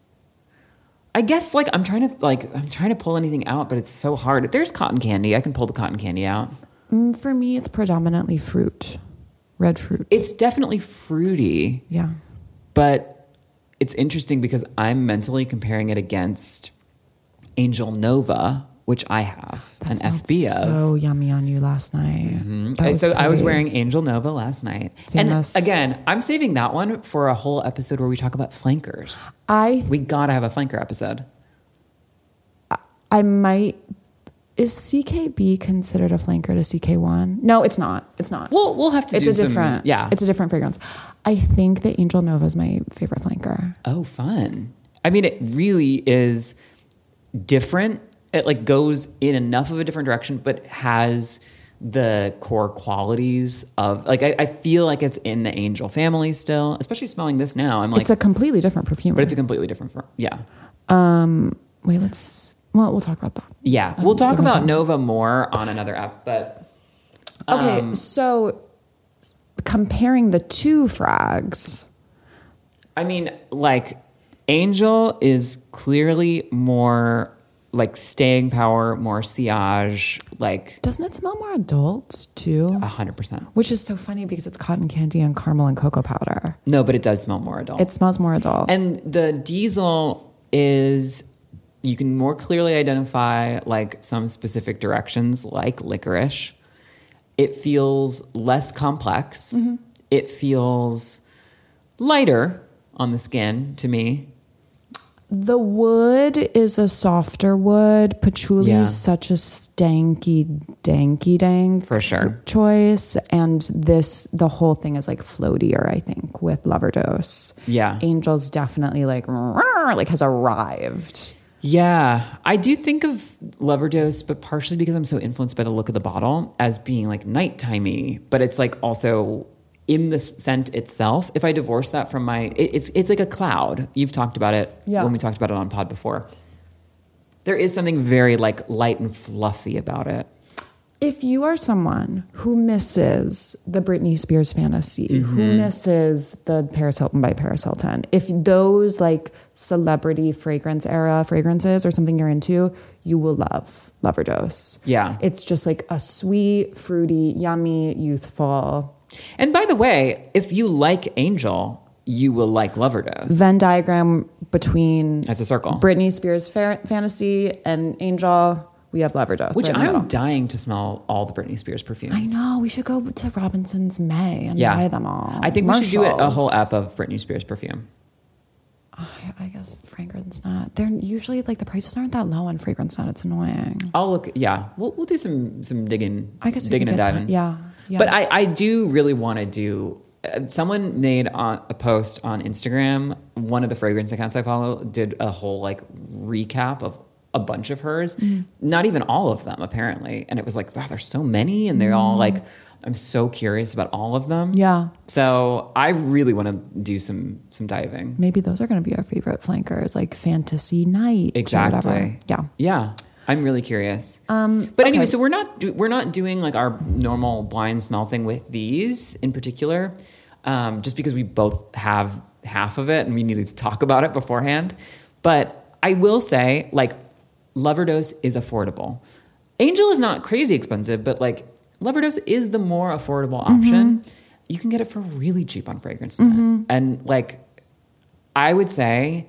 Speaker 1: I guess like I'm trying to like I'm trying to pull anything out, but it's so hard. If there's cotton candy, I can pull the cotton candy out.
Speaker 2: Mm, for me, it's predominantly fruit, red fruit.
Speaker 1: It's definitely fruity,
Speaker 2: yeah.
Speaker 1: but it's interesting because I'm mentally comparing it against Angel Nova, which I have
Speaker 2: That
Speaker 1: an
Speaker 2: smelled
Speaker 1: FB of.
Speaker 2: So yummy on you last night. That
Speaker 1: I- Mm-hmm. so I was
Speaker 2: great.
Speaker 1: wearing Angel Nova last night.
Speaker 2: Famous.
Speaker 1: And again, I'm saving that one for a whole episode where we talk about flankers.
Speaker 2: I
Speaker 1: We gotta have a flanker episode.
Speaker 2: I might. Is CKB considered a flanker to CK1? No, it's not. It's not.
Speaker 1: We'll we'll have to
Speaker 2: it's
Speaker 1: do
Speaker 2: a
Speaker 1: some-
Speaker 2: different.
Speaker 1: yeah.
Speaker 2: It's a different fragrance. I think that Angel Nova is my favorite flanker.
Speaker 1: oh fun. I mean it really is different. It like goes in enough of a different direction, but has the core qualities of like I, I feel like it's in the angel family still, especially smelling this now. I'm like
Speaker 2: it's a completely different perfume.
Speaker 1: but it's a completely different fir- yeah.
Speaker 2: Wait, let's. Well, we'll talk about that.
Speaker 1: Yeah.
Speaker 2: Um,
Speaker 1: We'll talk
Speaker 2: different
Speaker 1: about
Speaker 2: time.
Speaker 1: Nova more on another app, but
Speaker 2: Okay,
Speaker 1: um,
Speaker 2: so comparing the two frags.
Speaker 1: I mean, like, Angel is clearly more like staying power, more sillage, like
Speaker 2: Doesn't it smell more adult too?
Speaker 1: 100%.
Speaker 2: Which is so funny because it's cotton candy and caramel and cocoa powder.
Speaker 1: No, but it does smell more adult.
Speaker 2: It smells more adult.
Speaker 1: and the diesel is, you can more clearly identify like some specific directions, like licorice. It feels less complex. It feels lighter on the skin to me.
Speaker 2: the wood is a softer wood. Patchouli
Speaker 1: Yeah.
Speaker 2: is such a stanky, danky, dank
Speaker 1: For sure.
Speaker 2: choice. And this, the whole thing is like floatier. I think with Loverdose.
Speaker 1: Yeah.
Speaker 2: Angel's definitely like "Rrr," like has arrived.
Speaker 1: Yeah, I do think of Loverdose, but partially because I'm so influenced by the look of the bottle as being like nighttimey, but it's like also in the scent itself. If I divorce that from my, it, it's it's like a cloud. You've talked about it
Speaker 2: Yeah.
Speaker 1: when we talked about it on Pod before. There is something very like light and fluffy about it.
Speaker 2: if you are someone who misses the Britney Spears fantasy,
Speaker 1: Mm-hmm.
Speaker 2: who misses the Paris Hilton by Paris Hilton, if those like celebrity fragrance era fragrances are something you're into, you will love Loverdose.
Speaker 1: Yeah.
Speaker 2: It's just like a sweet, fruity, yummy, youthful.
Speaker 1: And by the way, if you like Angel, you will like Loverdose
Speaker 2: Venn diagram between
Speaker 1: as a circle,
Speaker 2: Britney Spears fa- fantasy and Angel, we have Loverdose.
Speaker 1: which
Speaker 2: right in the
Speaker 1: I'm
Speaker 2: middle.
Speaker 1: dying to smell all the Britney Spears perfumes.
Speaker 2: I know we should go to Robinson's May and buy them all.
Speaker 1: I think we should do it a whole
Speaker 2: Marshalls.
Speaker 1: app of Britney Spears perfume.
Speaker 2: I guess fragrance not. They're usually like the prices aren't that low on fragrance not. It's annoying.
Speaker 1: I'll look. Yeah, we'll we'll do some some digging.
Speaker 2: I guess we
Speaker 1: digging
Speaker 2: could get
Speaker 1: and
Speaker 2: ti-
Speaker 1: diving.
Speaker 2: yeah, yeah.
Speaker 1: But I I do really want to do. Uh, someone made on, a post on Instagram. One of the fragrance accounts I follow did a whole like recap of a bunch of hers,
Speaker 2: Mm.
Speaker 1: not even all of them apparently. And it was like, wow, there's so many, and they're all like, I'm so curious about all of them.
Speaker 2: Mm. Yeah.
Speaker 1: So I really want to do some some diving.
Speaker 2: Maybe those are going to be our favorite flankers, like Fantasy Night. or whatever.
Speaker 1: Exactly.
Speaker 2: Yeah.
Speaker 1: Yeah. I'm really curious. Um, but anyway,
Speaker 2: okay.
Speaker 1: so we're not do- we're not doing like our normal blind smell thing with these in particular, um, just because we both have half of it and we needed to talk about it beforehand. But I will say, like, Loverdose is affordable. Angel is not crazy expensive, but like Loverdose is the more affordable
Speaker 2: Mm-hmm.
Speaker 1: option. You can get it for really cheap on Fragrance Net.
Speaker 2: Mm-hmm.
Speaker 1: and like I would say,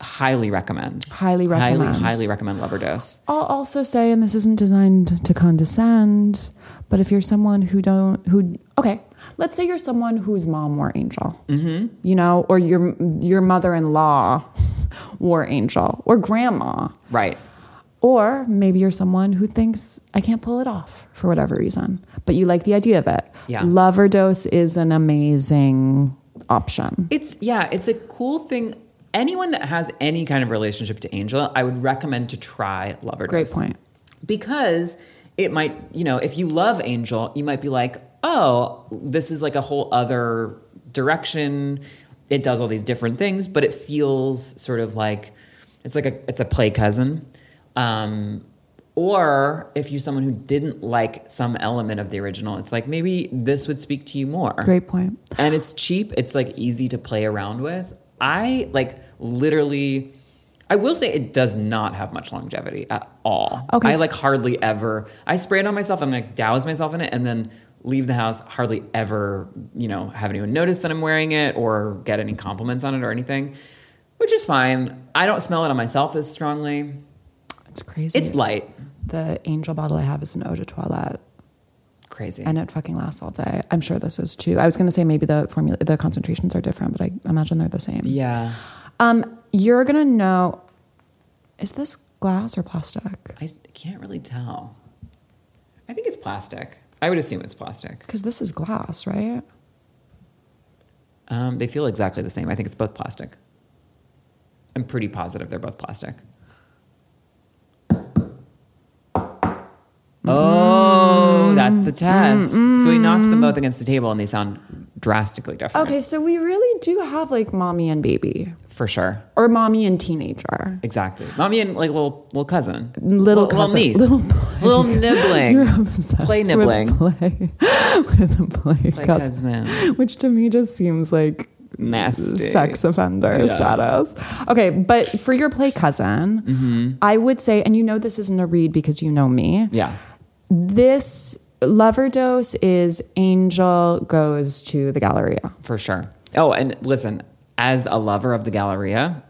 Speaker 1: highly recommend.
Speaker 2: Highly recommend.
Speaker 1: Highly, highly recommend Loverdose.
Speaker 2: I'll also say, and this isn't designed to condescend, but if you're someone who don't, who okay, let's say you're someone whose mom wore Angel, mm-hmm. you know, or your your mother-in-law wore Angel, or grandma,
Speaker 1: Right.
Speaker 2: or maybe you're someone who thinks I can't pull it off for whatever reason, but you like the idea of it.
Speaker 1: Yeah.
Speaker 2: Lover dose is an amazing option.
Speaker 1: It's yeah, it's a cool thing. Anyone that has any kind of relationship to Angel, I would recommend to try Loverdose.
Speaker 2: Great point.
Speaker 1: Because it might, you know, if you love Angel, you might be like, "Oh, this is like a whole other direction. It does all these different things, but it feels sort of like it's like a it's a play cousin." Um or if you're someone who didn't like some element of the original, it's like maybe this would speak to you more
Speaker 2: Great point.
Speaker 1: and it's cheap it's like easy to play around with i like literally i will say it does not have much longevity at all
Speaker 2: Okay,
Speaker 1: i
Speaker 2: s-
Speaker 1: like hardly ever i spray it on myself i'm like douse myself in it and then leave the house hardly ever you know have anyone notice that i'm wearing it or get any compliments on it or anything which is fine i don't smell it on myself as strongly
Speaker 2: It's crazy.
Speaker 1: it's light
Speaker 2: the Angel bottle I have is an eau de toilette.
Speaker 1: crazy
Speaker 2: and it fucking lasts all day. I'm sure this is too. I was gonna say maybe the formula, the concentrations are different, but I imagine they're the same.
Speaker 1: yeah
Speaker 2: Um, you're gonna know, is this glass or plastic?
Speaker 1: i can't really tell i think it's plastic i would assume it's plastic
Speaker 2: Because this is glass, right?
Speaker 1: Um, they feel exactly the same. I think it's both plastic. I'm pretty positive they're both plastic.
Speaker 2: Mm.
Speaker 1: Oh, that's the test.
Speaker 2: Mm,
Speaker 1: So we knocked them both against the table and they sound drastically different.
Speaker 2: Okay, so we really do have like mommy and baby,
Speaker 1: For sure.
Speaker 2: or mommy and teenager.
Speaker 1: Exactly. Mommy and like little little cousin.
Speaker 2: Little cousin.
Speaker 1: niece.
Speaker 2: Little-
Speaker 1: Little, nibbling.
Speaker 2: You're obsessed
Speaker 1: Play
Speaker 2: with
Speaker 1: nibbling.
Speaker 2: play with a play,
Speaker 1: Play
Speaker 2: cousin,
Speaker 1: cousin.
Speaker 2: which to me just seems like
Speaker 1: Nasty.
Speaker 2: sex offender
Speaker 1: Yeah.
Speaker 2: status. Okay, but for your play cousin, I would say, and you know this isn't a read because you know me.
Speaker 1: Mm-hmm. Yeah.
Speaker 2: This lover dose is Angel goes to the Galleria.
Speaker 1: For sure. Oh, and listen, as a lover of the Galleria,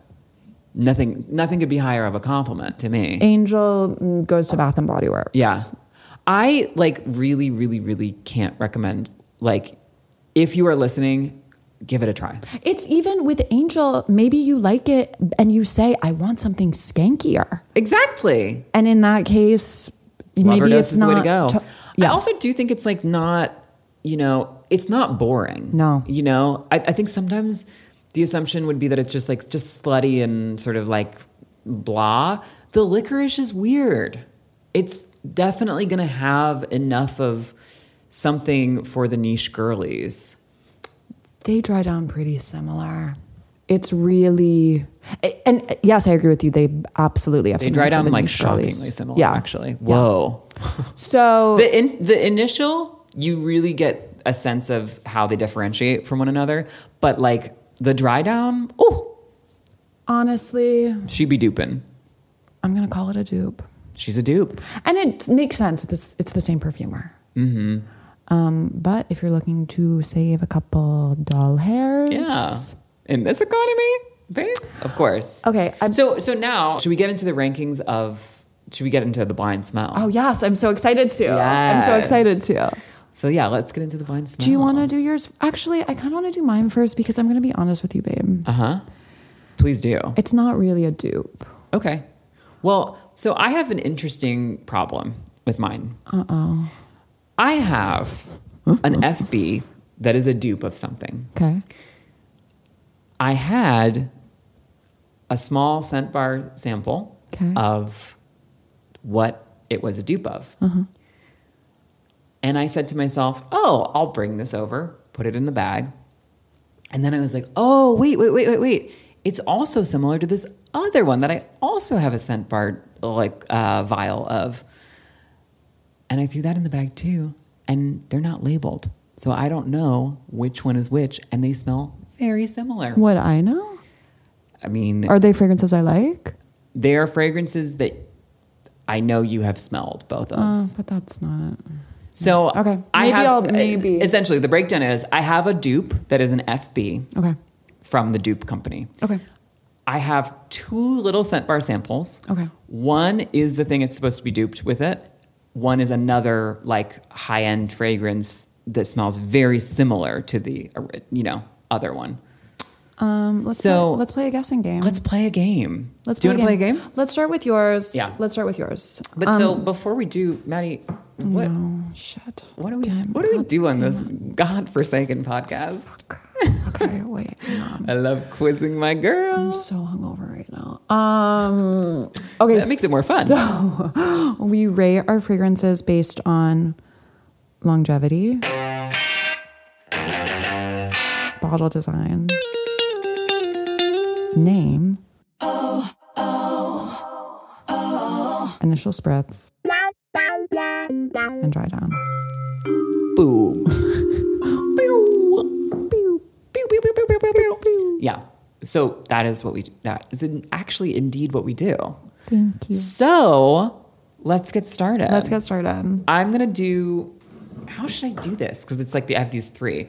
Speaker 1: nothing nothing could be higher of a compliment to me.
Speaker 2: Angel mm, goes to Bath and Body Works.
Speaker 1: Yeah. I like really, really, really can't recommend. Like, if you are listening, give it a try.
Speaker 2: It's even with Angel, maybe you like it and you say, I want something skankier.
Speaker 1: Exactly.
Speaker 2: And in that case, maybe
Speaker 1: Loverdose
Speaker 2: it's
Speaker 1: is
Speaker 2: not.
Speaker 1: the way to go.
Speaker 2: to- yes.
Speaker 1: I also do think it's like not, you know, it's not boring.
Speaker 2: No.
Speaker 1: You know, I, I think sometimes the assumption would be that it's just like just slutty and sort of like blah. The licorice is weird. It's definitely gonna have enough of something for the niche girlies.
Speaker 2: they dry down pretty similar. It's really, and yes, I agree with you. They absolutely have
Speaker 1: They
Speaker 2: something
Speaker 1: dry
Speaker 2: for
Speaker 1: down
Speaker 2: the
Speaker 1: like
Speaker 2: niche
Speaker 1: shockingly
Speaker 2: girlies.
Speaker 1: similar,
Speaker 2: Yeah,
Speaker 1: actually. Whoa.
Speaker 2: So
Speaker 1: The in, the initial, you really get a sense of how they differentiate from one another. But like the dry down, oh,
Speaker 2: honestly,
Speaker 1: she be duping.
Speaker 2: I'm gonna call it a dupe,
Speaker 1: She's a dupe.
Speaker 2: and it makes sense. It's it's the same perfumer. Mm-hmm. Um, but if you're looking to save a couple doll hairs,
Speaker 1: Yeah. In this economy, babe? Of course.
Speaker 2: Okay, I'm-
Speaker 1: so so now, should we get into the rankings of? Should we get into the blind smell?
Speaker 2: Oh yes, I'm so excited to. I'm so
Speaker 1: Yes.
Speaker 2: excited to.
Speaker 1: So yeah, let's get into the blind smell.
Speaker 2: Do you want to do yours? Actually, I kind of want to do mine first because I'm gonna be honest with you, babe.
Speaker 1: Uh huh. Please do.
Speaker 2: It's not really a dupe.
Speaker 1: Okay. Well, so I have an interesting problem with mine. Uh
Speaker 2: Uh-oh.
Speaker 1: I have an FB that is a dupe of something.
Speaker 2: Okay.
Speaker 1: I had a small scent bar sample
Speaker 2: Okay.
Speaker 1: of what it was a dupe of. And I said to myself, oh, I'll bring this over, put it in the bag. And then I was like, oh, wait, wait, wait, wait, wait. It's also similar to this other one that I also have a scent bar, like uh, vial of. And I threw that in the bag too. And they're not labeled. So I don't know which one is which. And they smell very similar.
Speaker 3: Would I know?
Speaker 1: I mean,
Speaker 3: Are they fragrances I like?
Speaker 1: they are fragrances that I know you have smelled both of.
Speaker 2: Uh,
Speaker 3: Oh, but that's not.
Speaker 1: So
Speaker 3: Okay.
Speaker 1: I
Speaker 2: Maybe
Speaker 1: have uh,
Speaker 2: I'll- maybe.
Speaker 1: essentially the breakdown is I have a dupe that is an FB
Speaker 2: Okay.
Speaker 1: from the dupe company.
Speaker 3: Okay.
Speaker 1: I have two little scent bar samples.
Speaker 3: Okay.
Speaker 1: One is the thing it's supposed to be duped with it. One is another like high end fragrance that smells very similar to the ori- you know other one.
Speaker 3: Um, let's
Speaker 1: So-
Speaker 3: play, let's play a guessing game.
Speaker 1: Let's play a game.
Speaker 3: Let's
Speaker 1: do you want to play a game?
Speaker 2: Let's start with yours.
Speaker 1: Yeah.
Speaker 2: Let's start with yours.
Speaker 1: But so before we do, Maddie, what
Speaker 3: Oh shit!
Speaker 1: What do we
Speaker 3: Damn.
Speaker 1: What do we do on this godforsaken podcast?
Speaker 2: Okay, wait. hang on.
Speaker 1: I love quizzing my girls.
Speaker 2: I'm so hungover right now. Um, okay,
Speaker 1: That makes it more fun.
Speaker 2: So we rate our fragrances based on longevity, bottle design, name, initial spritz, and dry down.
Speaker 1: Boo. Pew. Pew, pew, pew, pew, pew, pew, pew, pew. Yeah. So that is what we do. That is in, actually indeed what we do.
Speaker 3: Thank you.
Speaker 1: So let's get started.
Speaker 2: Let's get started.
Speaker 1: I'm gonna do. How should I do this? Because it's like the, I have these three.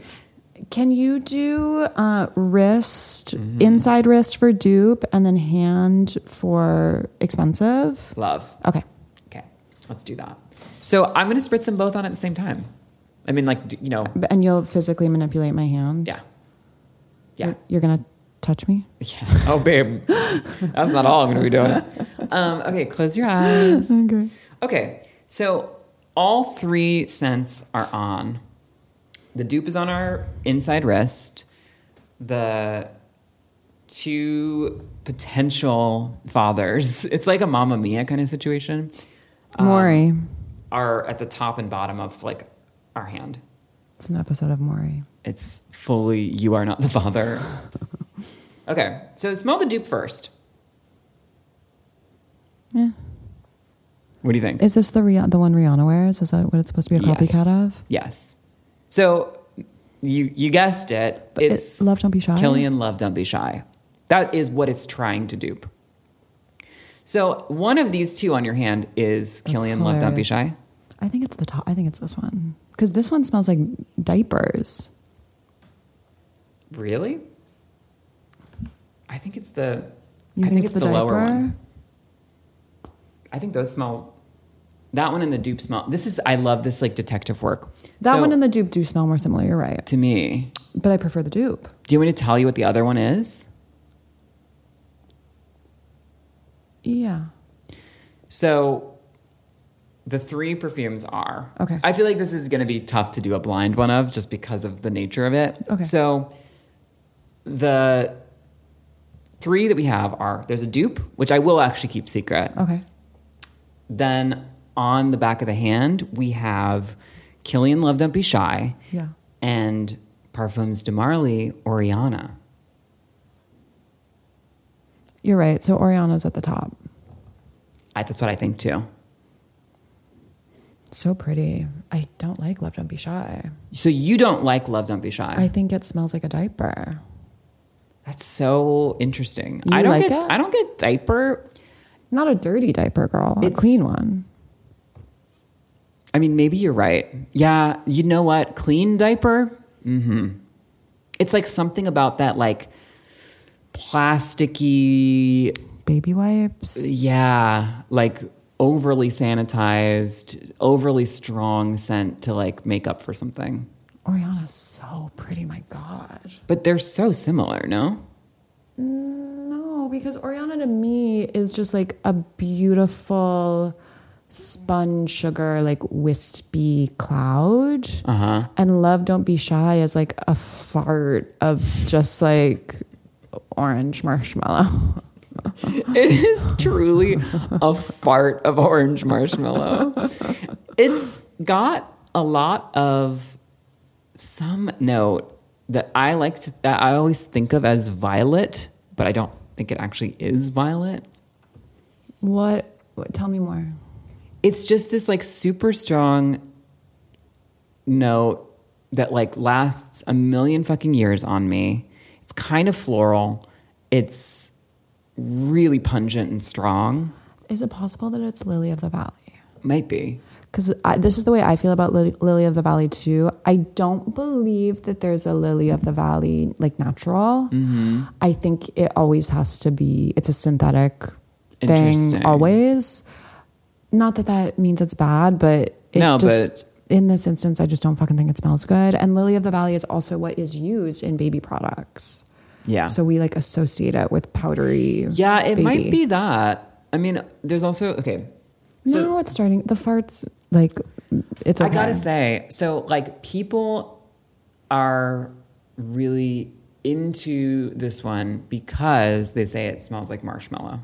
Speaker 2: Can you do uh, wrist, inside wrist for dupe, and then hand for expensive?
Speaker 1: Love.
Speaker 2: Okay.
Speaker 1: Okay. Let's do that. So I'm gonna spritz them both on at the same time. I mean, like d- you know.
Speaker 2: B- And you'll physically manipulate my hand?
Speaker 1: Yeah. Yeah.
Speaker 2: You're, you're going to touch me?
Speaker 1: Yeah. Oh, babe. That's not all I'm going to be doing. Um, okay, close your eyes.
Speaker 2: Okay.
Speaker 1: Okay, so all three scents are on. The dupe is on our inside wrist. The two potential fathers, it's like a Mamma Mia kind of situation, uh,
Speaker 2: Um, Maury.
Speaker 1: are at the top and bottom of like our hand.
Speaker 2: It's an episode of Maury.
Speaker 1: It's fully you are not the father. okay, so smell the dupe first.
Speaker 2: Yeah.
Speaker 1: What do you think?
Speaker 2: Is this the Rih- the one Rihanna wears? Is that what it's supposed to be a
Speaker 1: Yes.
Speaker 2: copycat of?
Speaker 1: Yes. So you you guessed it.
Speaker 2: it-
Speaker 1: It's
Speaker 2: Love, Don't Be Shy?
Speaker 1: Killian Love Don't Be Shy. That is what it's trying to dupe. So one of these two on your hand is
Speaker 2: That's
Speaker 1: Killian Love Don't Be
Speaker 2: hilarious.
Speaker 1: Shy.
Speaker 2: I think it's the top. I think it's this one. Because this one smells like diapers.
Speaker 1: Really? I think it's the
Speaker 2: You
Speaker 1: I
Speaker 2: think
Speaker 1: think,
Speaker 2: it's
Speaker 1: it's
Speaker 2: the
Speaker 1: the, lower
Speaker 2: diaper?
Speaker 1: one. I think those smell that one and the dupe smell. This is I love this like detective work.
Speaker 2: That
Speaker 1: So,
Speaker 2: one and the dupe do smell more similar. You're right.
Speaker 1: to me.
Speaker 2: But I prefer the dupe.
Speaker 1: Do you want me to tell you what the other one is?
Speaker 2: Yeah.
Speaker 1: So the three perfumes are.
Speaker 2: Okay.
Speaker 1: I feel like this is going to be tough to do a blind one of just because of the nature of it.
Speaker 2: Okay.
Speaker 1: So the three that we have are there's a dupe, which I will actually keep secret.
Speaker 2: Okay.
Speaker 1: Then on the back of the hand, we have Killian Love Don't Be Shy.
Speaker 2: Yeah.
Speaker 1: And Parfums de Marley, Oriana.
Speaker 2: You're right. So Oriana's at the top.
Speaker 1: I, that's what I think too.
Speaker 2: So pretty. I don't like Love Don't Be Shy.
Speaker 1: So you don't like Love Don't Be Shy.
Speaker 2: I think it smells like a diaper.
Speaker 1: That's so interesting.
Speaker 2: You
Speaker 1: I don't
Speaker 2: like
Speaker 1: get
Speaker 2: it?
Speaker 1: I don't get diaper.
Speaker 2: Not a dirty diaper, girl. a
Speaker 1: It's-
Speaker 2: clean one.
Speaker 1: I mean, maybe you're right. Yeah, you know what? Clean diaper? Mm-hmm. It's like something about that like plasticky
Speaker 2: Baby wipes.
Speaker 1: yeah, like overly sanitized, overly strong scent to like make up for something.
Speaker 2: Oriana's so pretty, my God.
Speaker 1: But they're so similar, no?
Speaker 2: No, because Oriana to me is just like a beautiful sponge sugar, like wispy cloud.
Speaker 1: Uh-huh.
Speaker 2: And Love Don't Be Shy is like a fart of just like orange marshmallow.
Speaker 1: It is truly a fart of orange marshmallow. It's got a lot of some note that I like to, that I always think of as violet, but I don't think it actually is violet.
Speaker 2: What, what? Tell me more.
Speaker 1: It's just this like super strong note that like lasts a million fucking years on me. It's kind of floral. It's really pungent and strong.
Speaker 2: Is it possible that it's Lily of the Valley?
Speaker 1: Might be.
Speaker 2: Because this is the way I feel about Lily, Lily of the Valley too. I don't believe that there's a Lily of the Valley like natural.
Speaker 1: Mm-hmm.
Speaker 2: I think it always has to be. It's a synthetic
Speaker 1: Interesting.
Speaker 2: thing always. Not that that means it's bad, but it
Speaker 1: No,
Speaker 2: just, in this instance, I just don't fucking think it smells good. And Lily of the Valley is also what is used in baby products.
Speaker 1: Yeah.
Speaker 2: So we like associate it with powdery.
Speaker 1: yeah, it might
Speaker 2: baby.
Speaker 1: be that. I mean, there's also okay. So-
Speaker 2: no, it's starting. The farts, like, it's okay.
Speaker 1: I gotta say, so like people are really into this one because they say it smells like marshmallow.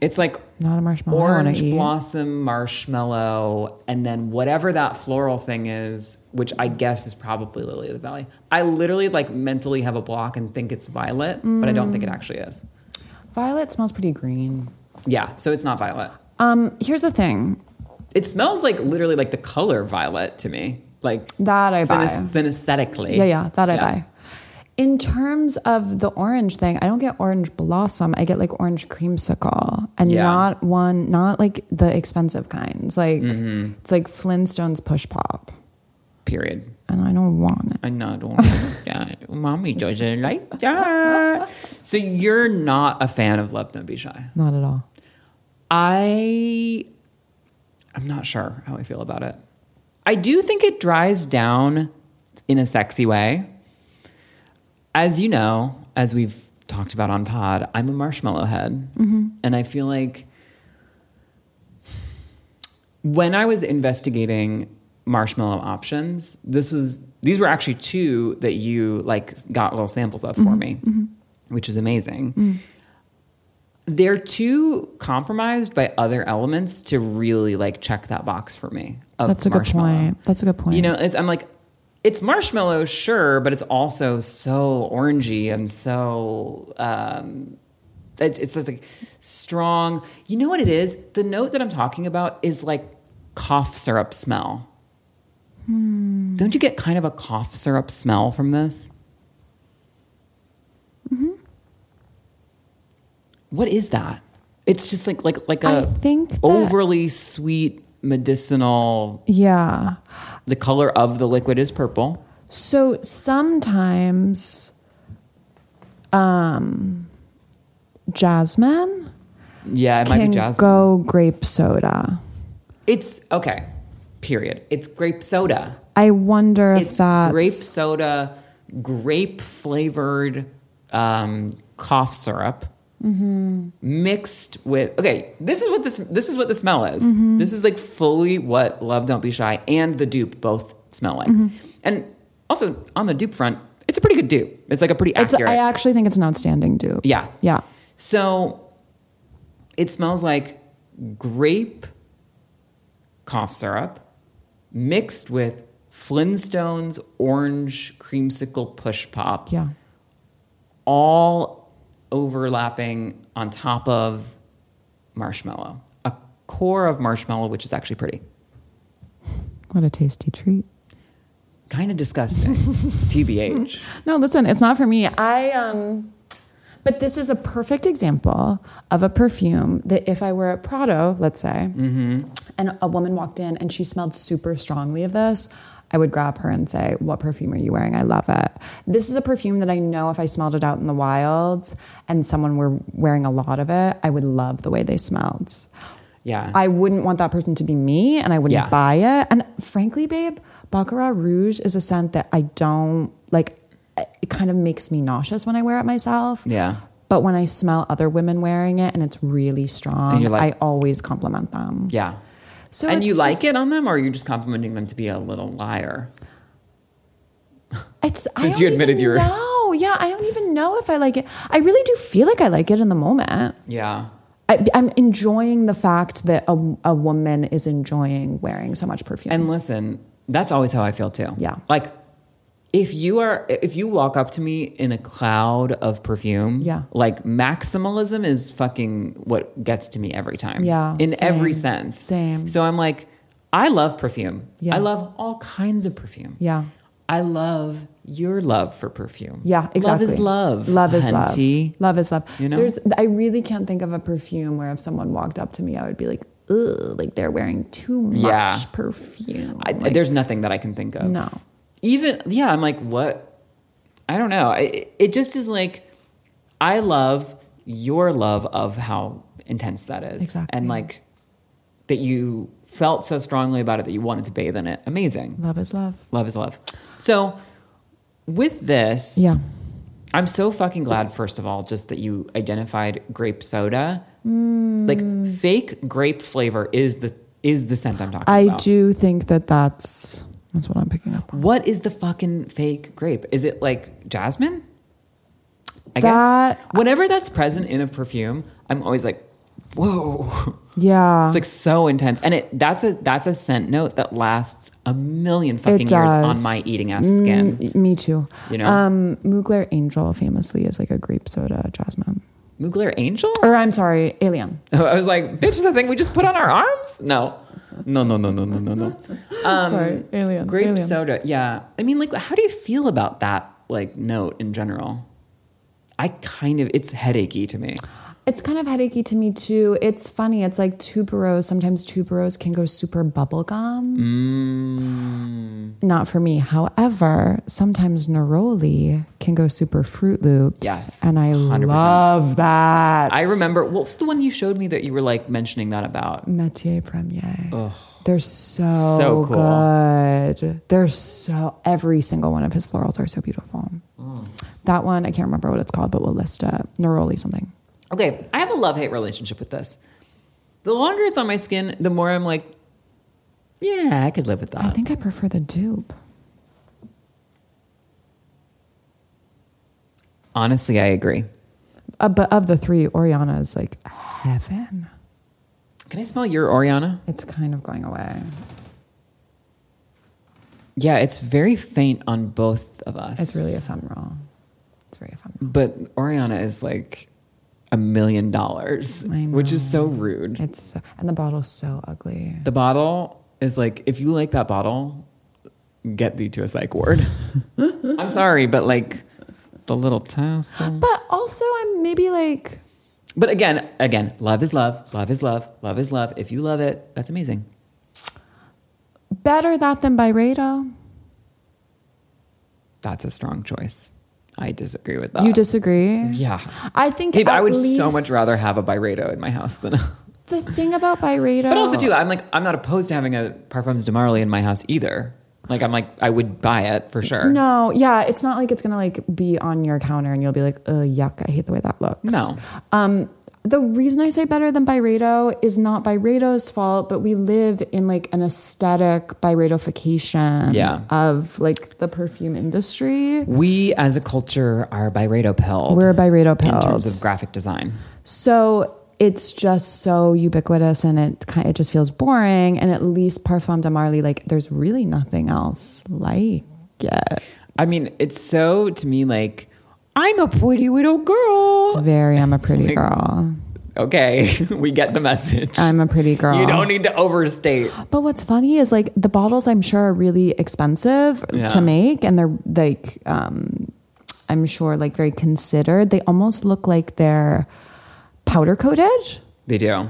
Speaker 1: It's like
Speaker 2: Not a marshmallow I wanna
Speaker 1: orange
Speaker 2: eat.
Speaker 1: blossom marshmallow, and then whatever that floral thing is, which I guess is probably lily of the valley. I literally like mentally have a block and think it's violet, but I don't think it
Speaker 2: Mm.
Speaker 1: actually is.
Speaker 2: Violet smells pretty green.
Speaker 1: Yeah, so it's not violet.
Speaker 2: Um, here's the thing.
Speaker 1: It smells like literally like the color violet to me. Like
Speaker 2: That I buy.
Speaker 1: synes- Synesthetically.
Speaker 2: Yeah, yeah, that I buy. In terms of the orange thing, I don't get orange blossom. I get like orange creamsicle, and
Speaker 1: Yeah.
Speaker 2: not one, not like the expensive kinds. Like
Speaker 1: Mm-hmm.
Speaker 2: it's like Flintstones push pop,
Speaker 1: Period.
Speaker 2: and I don't want it.
Speaker 1: I know. I don't like that. Mommy doesn't like that. So you're not a fan of Love Don't Be Shy.
Speaker 2: Not at all.
Speaker 1: I I'm not sure how I feel about it. I do think it dries down in a sexy way. As you know, as we've talked about on pod, I'm a marshmallow head.
Speaker 2: Mm-hmm.
Speaker 1: And I feel like when I was investigating marshmallow options, this was these were actually two that you like got little samples of for
Speaker 2: Mm-hmm.
Speaker 1: me, which is amazing
Speaker 2: Mm.
Speaker 1: they're too compromised by other elements to really like check that box for me. Of
Speaker 2: That's a good
Speaker 1: marshmallow.
Speaker 2: point. That's a good point.
Speaker 1: You know, it's, I'm like, it's marshmallow, sure, but it's also so orangey and so um, it's, it's just like strong. You know what it is? The note that I'm talking about is like cough syrup smell.
Speaker 2: Hmm.
Speaker 1: Don't you get kind of a cough syrup smell from this?
Speaker 2: Mm-hmm.
Speaker 1: What is that? It's just like like like
Speaker 2: I
Speaker 1: a
Speaker 2: think that-
Speaker 1: overly sweet medicinal.
Speaker 2: Yeah.
Speaker 1: The color of the liquid is purple.
Speaker 2: So sometimes, um, jasmine
Speaker 1: Yeah, it might be
Speaker 2: can
Speaker 1: jasmine.
Speaker 2: go grape soda.
Speaker 1: It's okay. Period. It's grape soda.
Speaker 2: I wonder if
Speaker 1: It's
Speaker 2: that's
Speaker 1: grape soda, grape flavored um, cough syrup
Speaker 2: Mm-hmm.
Speaker 1: mixed with. Okay, this is what this this is what the smell is.
Speaker 2: Mm-hmm.
Speaker 1: This is like fully what Love Don't Be Shy and the dupe both smell like.
Speaker 2: Mm-hmm.
Speaker 1: And also on the dupe front, it's a pretty good dupe. It's like a pretty
Speaker 2: It's,
Speaker 1: accurate.
Speaker 2: I actually think it's an outstanding dupe.
Speaker 1: yeah.
Speaker 2: Yeah.
Speaker 1: So it smells like grape cough syrup mixed with Flintstones orange creamsicle push pop,
Speaker 2: Yeah.
Speaker 1: all overlapping on top of marshmallow, a core of marshmallow, which is actually pretty.
Speaker 3: What a tasty treat.
Speaker 1: Kind of disgusting, TBH.
Speaker 2: No, listen, it's not for me. I um but this is a perfect example of a perfume that if I were at Prado, let's say, and a woman walked in and she smelled super strongly of this, I would grab her and say, What perfume are you wearing? I love it. This is a perfume that I know if I smelled it out in the wilds and someone were wearing a lot of it, I would love the way they smelled.
Speaker 1: Yeah.
Speaker 2: I wouldn't want that person to be me and I wouldn't
Speaker 1: Yeah.
Speaker 2: buy it. And frankly, babe, Baccarat Rouge is a scent that I don't like. It kind of makes me nauseous when I wear it myself.
Speaker 1: Yeah.
Speaker 2: But when I smell other women wearing it and it's really strong,
Speaker 1: And you're like-
Speaker 2: I always compliment them.
Speaker 1: yeah.
Speaker 2: So
Speaker 1: and
Speaker 2: it's
Speaker 1: you like
Speaker 2: just-
Speaker 1: it on them, or you're just complimenting them to be a little liar?
Speaker 2: It's I
Speaker 1: Since
Speaker 2: don't
Speaker 1: you admitted
Speaker 2: even
Speaker 1: you were-
Speaker 2: know. know. Yeah, I don't even know if I like it. I really do feel like I like it in the moment.
Speaker 1: Yeah.
Speaker 2: I, I'm enjoying the fact that a, a woman is enjoying wearing so much perfume.
Speaker 1: And listen, that's always how I feel too.
Speaker 2: Yeah.
Speaker 1: Like if you are if you walk up to me in a cloud of perfume,
Speaker 2: Yeah.
Speaker 1: like maximalism is fucking what gets to me every time.
Speaker 2: Yeah,
Speaker 1: In every
Speaker 2: same,
Speaker 1: sense.
Speaker 2: same.
Speaker 1: So I'm like, I love perfume.
Speaker 2: Yeah.
Speaker 1: I love all kinds of perfume.
Speaker 2: Yeah.
Speaker 1: I love your love for perfume.
Speaker 2: Yeah, exactly.
Speaker 1: Love is love.
Speaker 2: Love is
Speaker 1: hunty.
Speaker 2: love. Love is love.
Speaker 1: You know?
Speaker 2: There's, I really can't think of a perfume where if someone walked up to me, I would be like, ugh, like they're wearing too much
Speaker 1: Yeah.
Speaker 2: perfume.
Speaker 1: I,
Speaker 2: Like,
Speaker 1: there's nothing that I can think of.
Speaker 2: No.
Speaker 1: Even yeah, I'm like what? I don't know. I, it just is like I love your love of how intense that is,
Speaker 2: Exactly.
Speaker 1: and like that you felt so strongly about it that you wanted to bathe in it. Amazing.
Speaker 2: love is love.
Speaker 1: Love is love. So with this,
Speaker 2: Yeah.
Speaker 1: I'm so fucking glad. First of all, just that you identified grape soda.
Speaker 2: Mm.
Speaker 1: Like fake grape flavor is the is the scent I'm talking
Speaker 2: I
Speaker 1: about.
Speaker 2: do think that that's that's what I'm picking up on.
Speaker 1: What is the fucking fake grape? Is it like jasmine? I
Speaker 2: That-
Speaker 1: guess. Whenever that's present in a perfume, I'm always like, whoa.
Speaker 2: Yeah,
Speaker 1: It's like so intense. And it that's a that's a scent note that lasts a million fucking years on
Speaker 2: does.
Speaker 1: my eating ass skin.
Speaker 2: Mm, me too.
Speaker 1: You know?
Speaker 2: um, Mugler Angel famously is like a grape soda jasmine,
Speaker 1: Mugler Angel?
Speaker 2: or I'm sorry, Alien.
Speaker 1: I was like, bitch, the thing we just put on our arms? No. No, no, no, no, no, no, no.
Speaker 2: sorry, Alien.
Speaker 1: Um, Grape
Speaker 2: Alien.
Speaker 1: soda. Yeah. I mean, like, how do you feel about that like note in general? I kind of it's headachy to me.
Speaker 2: It's kind of headachy to me too. It's funny. It's like tuberose. Sometimes tuberose can go super bubblegum.
Speaker 1: Mm.
Speaker 2: Not for me. However, sometimes neroli can go super Fruit Loops.
Speaker 1: Yeah,
Speaker 2: and I
Speaker 1: 100%.
Speaker 2: love that.
Speaker 1: I remember what was the one you showed me that you were like mentioning that about?
Speaker 2: Metier Premier. They're so,
Speaker 1: So cool.
Speaker 2: good. They're so, every single one of his florals are so beautiful.
Speaker 1: Mm.
Speaker 2: That one, I can't remember what it's called, but we'll list it. Neroli something.
Speaker 1: Okay, I have a love hate relationship with this. The longer it's on my skin, the more I'm like, yeah, I could live with that.
Speaker 3: I think I prefer the dupe.
Speaker 1: Honestly, I agree.
Speaker 2: Uh, but of the three, Oriana is like heaven.
Speaker 1: Can I smell your Oriana?
Speaker 2: It's kind of going away.
Speaker 1: Yeah, it's very faint on both of us.
Speaker 2: It's really ephemeral. It's very ephemeral.
Speaker 1: But Oriana is like a million dollars,
Speaker 2: I know.
Speaker 1: which is so rude.
Speaker 2: It's so, and the bottle's so ugly.
Speaker 1: The bottle is like, if you like that bottle, get thee to a psych ward. I'm sorry, but like the little tassel.
Speaker 2: But also, I'm maybe like
Speaker 1: But again, again, love is love, love is love, love is love. If you love it, that's amazing.
Speaker 2: better that than Byredo.
Speaker 1: That's a strong choice. I disagree with that.
Speaker 2: you disagree?
Speaker 1: Uh, yeah.
Speaker 2: I think
Speaker 1: Babe, I
Speaker 2: at
Speaker 1: would so much
Speaker 2: least
Speaker 1: rather have a Byredo in my house than a.
Speaker 2: the thing about Byredo.
Speaker 1: But also, too, I'm like, I'm not opposed to having a Parfums de Marley in my house either. Like, I'm like, I would buy it for sure.
Speaker 2: No, yeah, it's not like it's gonna like be on your counter and you'll be like, "Ugh, yuck, I hate the way that looks."
Speaker 1: No.
Speaker 2: Um, the reason I say better than Byredo is not Byredo's fault, but we live in like an aesthetic Byredofication
Speaker 1: Yeah.
Speaker 2: of like the perfume industry.
Speaker 1: We as a culture are Byredo pilled.
Speaker 2: We're Byredo
Speaker 1: In terms
Speaker 2: pals.
Speaker 1: of graphic design.
Speaker 2: So it's just so ubiquitous and it kind it just feels boring. And at least Parfum de Marly, like there's really nothing else like it.
Speaker 1: I mean, it's so, to me, like, I'm a pretty little girl.
Speaker 2: It's very I'm a pretty
Speaker 1: Like-
Speaker 2: girl.
Speaker 1: okay, we get the message.
Speaker 2: I'm a pretty girl.
Speaker 1: You don't need to overstate.
Speaker 2: But what's funny is like the bottles I'm sure are really expensive
Speaker 1: Yeah.
Speaker 2: to make and they're like um I'm sure like very considered. They almost look like they're powder coated,
Speaker 1: They do.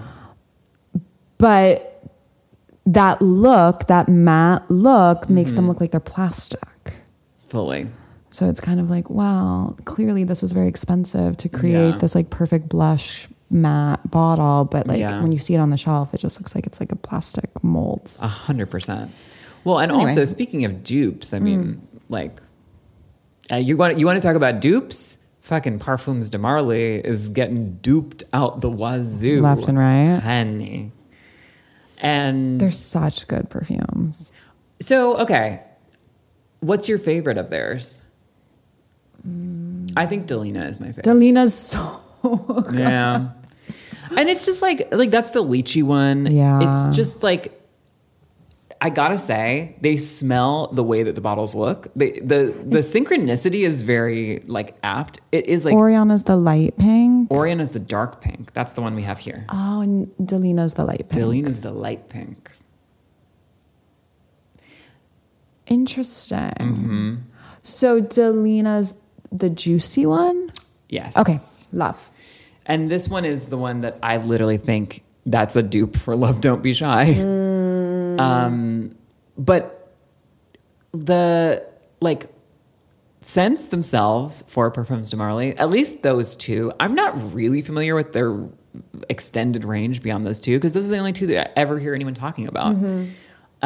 Speaker 2: but that look, that matte look makes
Speaker 1: Mm-hmm.
Speaker 2: them look like they're plastic.
Speaker 1: Fully.
Speaker 2: So it's kind of like, wow, clearly this was very expensive to create
Speaker 1: Yeah.
Speaker 2: this like perfect blush matte bottle, but like
Speaker 1: Yeah.
Speaker 2: when you see it on the shelf, it just looks like it's like a plastic mold.
Speaker 1: A hundred percent. Well, and
Speaker 2: Anyway. Mm.
Speaker 1: also speaking of dupes, I mean, like uh, you want you want to talk about dupes? Fucking Parfums de Marley is getting duped out the wazoo,
Speaker 2: Left and right.
Speaker 1: honey. And
Speaker 2: They're such good perfumes.
Speaker 1: so, okay, what's your favorite of theirs?
Speaker 2: Mm.
Speaker 1: I think Delina is my favorite.
Speaker 2: Delina's so.
Speaker 1: Yeah. And it's just like like that's the lychee one.
Speaker 2: Yeah.
Speaker 1: It's just like I gotta say, they smell the way that the bottles look. They, the the synchronicity is very like apt. It is like
Speaker 3: Oriana's the light pink.
Speaker 1: Orion is the dark pink. That's the one we have here.
Speaker 3: Oh, and Delina's the light pink.
Speaker 1: Delina is the light pink.
Speaker 3: Interesting.
Speaker 1: Mm-hmm.
Speaker 3: So Delina's the juicy one?
Speaker 1: Yes.
Speaker 3: Okay, love.
Speaker 1: And this one is the one that I literally think that's a dupe for Love Don't Be Shy. Um, but the like scents themselves for Perfumes de Marley, at least those two, I'm not really familiar with their extended range beyond those two because those are the only two that I ever hear anyone talking about.
Speaker 2: Mm-hmm.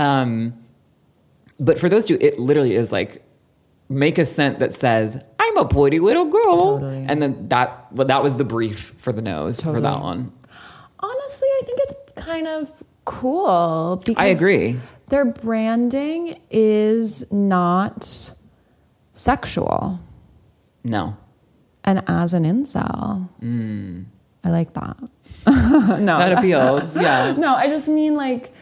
Speaker 1: Um, but for those two, it literally is like make a scent that says "I'm a pretty little girl,"
Speaker 2: Totally.
Speaker 1: and then that well, that was the brief for the nose for that
Speaker 2: Totally.
Speaker 1: one.
Speaker 2: Honestly, I think it's kind of cool because
Speaker 1: agree.
Speaker 2: Their branding is not sexual,
Speaker 1: No,
Speaker 2: and as an incel,
Speaker 1: Mm.
Speaker 2: I like that. no,
Speaker 1: that appeals. Yeah,
Speaker 2: no, I just mean like,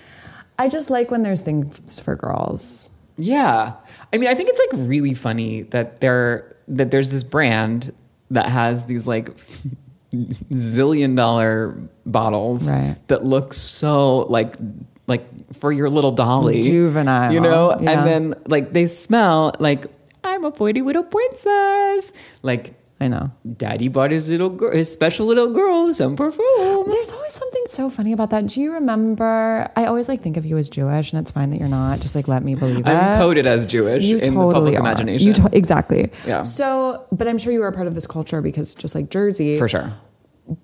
Speaker 2: I just like when there's things for girls.
Speaker 1: yeah. I mean, I think it's like really funny that there that there's this brand that has these like zillion dollar bottles
Speaker 2: Right.
Speaker 1: that look so like like for your little dolly
Speaker 2: Juvenile,
Speaker 1: you know,
Speaker 2: yeah.
Speaker 1: and then like they smell like I'm a pretty little princess, like.
Speaker 2: I know.
Speaker 1: Daddy bought his little girl, his special little girl some perfume.
Speaker 2: There's always something so funny about that. Do you remember? I always like think of you as Jewish, and it's fine that you're not. Just like let me believe it.
Speaker 1: I'm coded as Jewish
Speaker 2: Uh, you
Speaker 1: in the
Speaker 2: totally
Speaker 1: public
Speaker 2: are.
Speaker 1: imagination.
Speaker 2: You to- exactly.
Speaker 1: Yeah.
Speaker 2: So, but I'm sure you were a part of this culture because just like Jersey,
Speaker 1: For sure.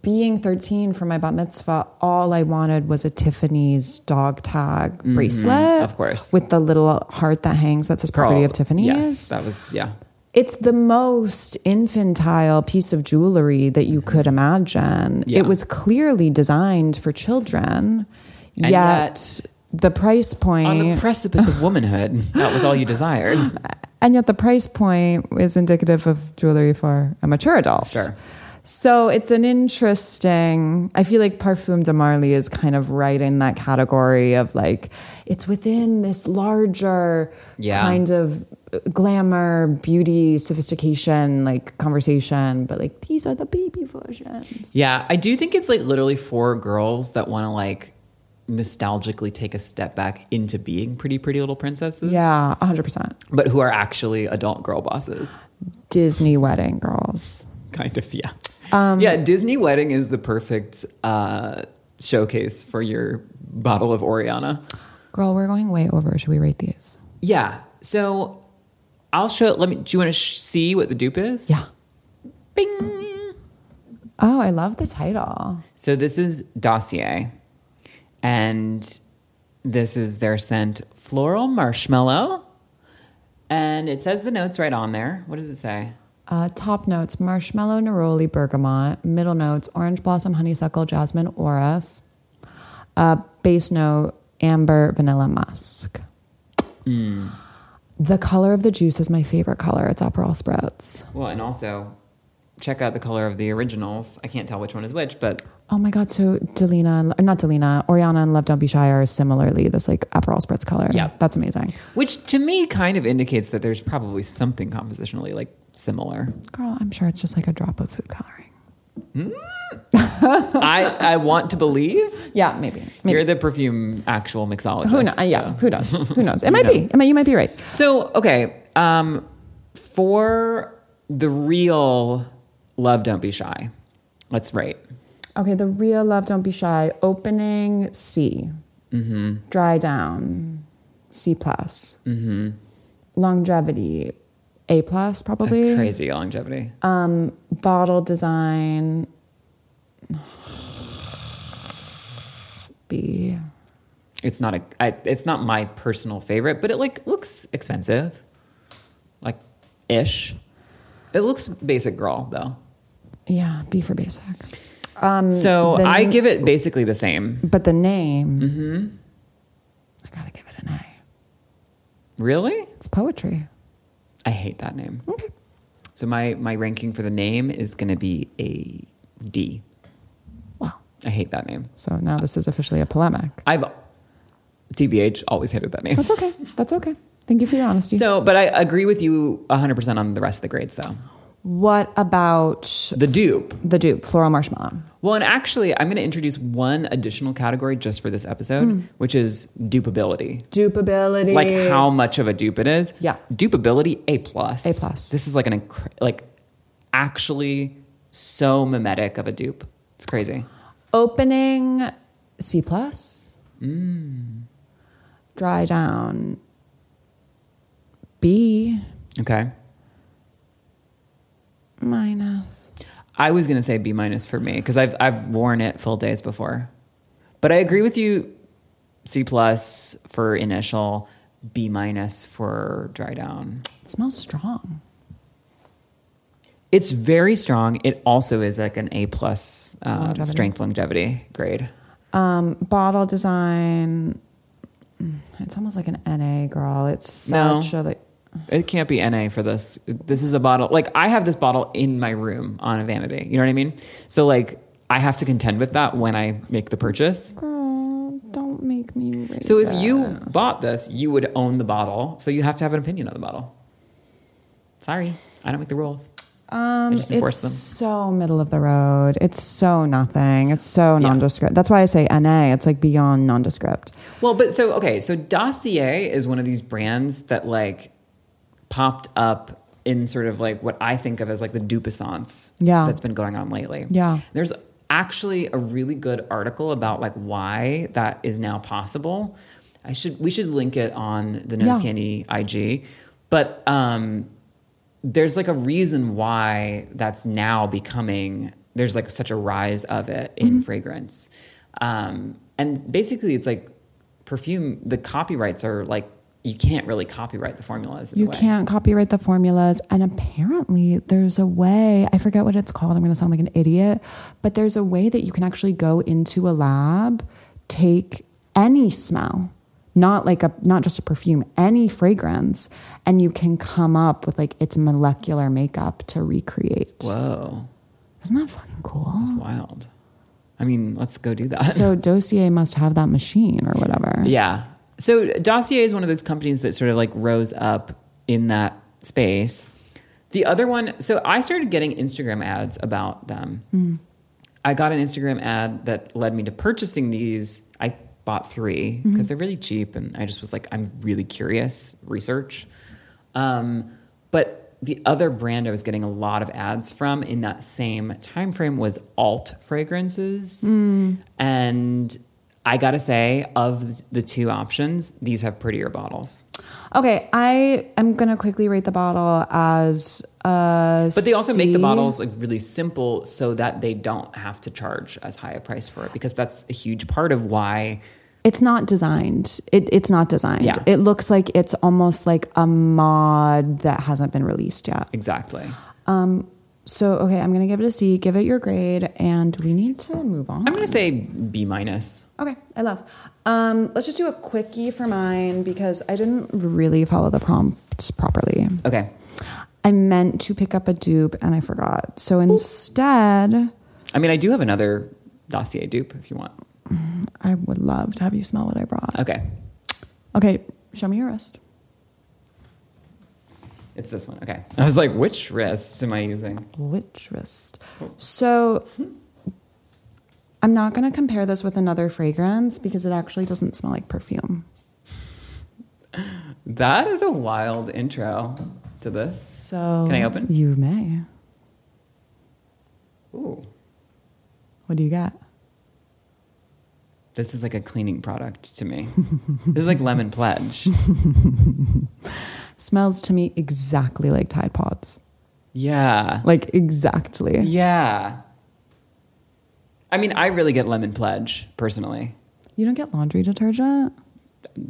Speaker 2: being 13 for my bat mitzvah, all I wanted was a Tiffany's dog tag bracelet,
Speaker 1: Mm-hmm. of course.
Speaker 2: with the little heart that hangs that says "Property of Tiffany's."
Speaker 1: Yes, that was yeah.
Speaker 2: It's the most infantile piece of jewelry that you could imagine.
Speaker 1: Mm-hmm. Yeah.
Speaker 2: It was clearly designed for children, yet,
Speaker 1: yet-
Speaker 2: the price point
Speaker 1: On the precipice of womanhood, that was all you desired.
Speaker 2: and yet the price point is indicative of jewelry for a mature adult.
Speaker 1: Sure.
Speaker 2: So it's an interesting. I feel like Parfum de Marly is kind of right in that category of like it's within this larger
Speaker 1: Yeah.
Speaker 2: kind of glamour, beauty, sophistication, like conversation, but like these are the baby versions.
Speaker 1: Yeah, I do think it's like literally for girls that want to like nostalgically take a step back into being pretty, pretty little princesses.
Speaker 2: Yeah, 100%.
Speaker 1: but who are actually adult girl bosses.
Speaker 2: Disney wedding girls.
Speaker 1: kind of yeah yeah disney wedding is the perfect uh showcase for your bottle of oriana
Speaker 2: Girl, we're going way over. Should we rate these?
Speaker 1: yeah so i'll show let me do you want to sh- see what the dupe is
Speaker 2: Yeah.
Speaker 1: bing
Speaker 2: Oh, I love the title.
Speaker 1: so this is dossier and this is their scent floral marshmallow and it says the notes right on there what does it say
Speaker 2: Uh, top notes marshmallow, neroli, bergamot. Middle notes orange blossom, honeysuckle, jasmine, orris. Uh, base note amber, vanilla, musk.
Speaker 1: Hmm.
Speaker 2: The color of the juice is my favorite color. It's Aperol Spritz.
Speaker 1: well and also check out the color of the originals i can't tell which one is which but
Speaker 2: Oh my God. So Delina, and- or not Delina, Oriana and Love Don't Be Shy are similarly this like Aperol Spritz color.
Speaker 1: Yeah.
Speaker 2: That's amazing.
Speaker 1: Which to me kind of indicates that there's probably something compositionally like similar.
Speaker 2: Girl, I'm sure it's just like a drop of food coloring.
Speaker 1: I, I want to believe
Speaker 2: Yeah, maybe. maybe.
Speaker 1: you're the perfume actual mixologist.
Speaker 2: Who knows? Yeah,
Speaker 1: so.
Speaker 2: who knows? Who knows? It might be. It might, you might be right.
Speaker 1: So okay, um, for the real love, don't be shy. Let's rate.
Speaker 2: Okay, the real love, don't be shy. Opening C.
Speaker 1: Mm-hmm.
Speaker 2: Dry down, C plus.
Speaker 1: Mm-hmm.
Speaker 2: Longevity, A plus probably.
Speaker 1: Crazy longevity.
Speaker 2: Um, bottle design, B.
Speaker 1: It's not a. I, it's not my personal favorite, but it like looks expensive, like ish. It looks basic girl though.
Speaker 2: Yeah, B for basic.
Speaker 1: So
Speaker 2: Mm, then-
Speaker 1: I Mm-hmm. give it basically the same.
Speaker 2: But the name, I gotta give it an A.
Speaker 1: Really?
Speaker 2: It's poetry.
Speaker 1: I hate that name.
Speaker 2: Okay.
Speaker 1: So my my ranking for the name is going to be a D.
Speaker 2: Wow.
Speaker 1: I hate that name.
Speaker 2: So now this is officially a polemic.
Speaker 1: I've TBH always hated that name.
Speaker 2: That's okay. That's okay. Thank you for your honesty.
Speaker 1: So, but I agree with you 100% on the rest of the grades though.
Speaker 2: what about
Speaker 1: The dupe.
Speaker 2: the dupe, floral marshmallow?
Speaker 1: Well, and actually, I'm going to introduce one additional category just for this episode,
Speaker 4: Hmm.
Speaker 1: which is dupability.
Speaker 4: Dupability.
Speaker 1: Like how much of a dupe it is.
Speaker 4: Eh. Yeah.
Speaker 1: Dupability, A plus.
Speaker 4: A plus.
Speaker 1: This is like an incre- like actually so mimetic of a dupe. It's crazy.
Speaker 4: Opening C plus.
Speaker 1: Mm.
Speaker 2: Dry down. B
Speaker 1: Okay.
Speaker 2: minus.
Speaker 1: I was gonna say B minus for me because I've I've worn it full days before, but I agree with you. C plus for initial, B minus for dry down.
Speaker 2: It smells strong.
Speaker 1: It's very strong. It also is like an A plus um,
Speaker 2: Longevity.
Speaker 1: strength longevity grade.
Speaker 2: Um, bottle design. mm, It's almost like an NA girl. It's
Speaker 1: No.
Speaker 2: such a like.
Speaker 1: It can't be NA for this. This is a bottle. Like I have this bottle in my room on a vanity. You know what I mean? So like I have to contend with that when I make the purchase.
Speaker 2: Girl, don't make me. Rate
Speaker 1: So if
Speaker 2: it.
Speaker 1: you bought this, you would own the bottle. So you have to have an opinion on the bottle. Sorry, I don't make the rules.
Speaker 2: Um,
Speaker 1: just enforce
Speaker 2: it's
Speaker 1: them.
Speaker 2: so middle of the road. It's so nothing. It's so
Speaker 1: Yeah.
Speaker 2: nondescript. That's why I say NA. It's like beyond nondescript.
Speaker 1: Well, but so okay, so Dossier is one of these brands that like popped up in sort of like what I think of as like the dupaissance
Speaker 2: Yeah.
Speaker 1: that's been going on lately.
Speaker 2: Yeah.
Speaker 1: There's actually a really good article about like why that is now possible. I should we should link it on the Nose
Speaker 2: Yeah.
Speaker 1: Candy IG. But um there's like a reason why that's now becoming there's like such a rise of it in
Speaker 2: Mm-hmm.
Speaker 1: fragrance um, and basically it's like perfume the copyrights are like you can't really copyright the formulas in a
Speaker 2: You
Speaker 1: way.
Speaker 2: can't copyright the formulas. And apparently, there's a way, I forget what it's called. I'm going to sound like an idiot, but there's a way that you can actually go into a lab, take any smell, not like a, not just a perfume, any fragrance, and you can come up with like its molecular makeup to recreate.
Speaker 1: whoa
Speaker 2: Isn't that fucking cool?
Speaker 1: that's wild i mean let's go do that
Speaker 2: So dossier must have that machine or whatever.
Speaker 1: yeah so dossier is one of those companies that sort of like rose up in that space the other one so i started getting instagram ads about them I got an Instagram ad that led me to purchasing these. I bought three because they're really cheap, and I just was like, I'm really curious, research. Um, but the other brand I was getting a lot of ads from in that same time frame was Alt fragrances, and I gotta say, of the two options, these have prettier bottles.
Speaker 2: Okay, I am gonna quickly rate the bottle as a
Speaker 1: But they also make the
Speaker 2: C.
Speaker 1: bottles like really simple so that they don't have to charge as high a price for it because that's a huge part of why
Speaker 2: It's not designed. It, it's not designed.
Speaker 1: Yeah.
Speaker 2: It looks like it's almost like a mod that hasn't been released yet.
Speaker 1: exactly.
Speaker 2: So okay, I'm gonna give it a C. Give it your grade, and we need to move on.
Speaker 1: I'm gonna say B minus.
Speaker 2: Okay, I love. Um, let's just do a quickie for mine because I didn't really follow the prompts properly.
Speaker 1: Okay,
Speaker 2: I meant to pick up a dupe and I forgot. So instead,
Speaker 1: I mean I do have another dossier dupe if you want.
Speaker 2: I would love to have you smell what I brought.
Speaker 1: Okay,
Speaker 2: Okay, show me your wrist.
Speaker 1: it's this one. Okay, I was like, which wrist am I using?
Speaker 2: Which wrist? So I'm not going to compare this with another fragrance because it actually doesn't smell like perfume.
Speaker 1: That is a wild intro to this.
Speaker 2: So
Speaker 1: Can I open?
Speaker 2: You may.
Speaker 1: Ooh,
Speaker 2: What do you got?
Speaker 1: this is like a cleaning product to me. this is like lemon pledge.
Speaker 2: Smells to me exactly like Tide Pods.
Speaker 1: Yeah,
Speaker 2: Like exactly.
Speaker 1: yeah. I mean, I really get lemon pledge personally.
Speaker 2: You don't get laundry detergent?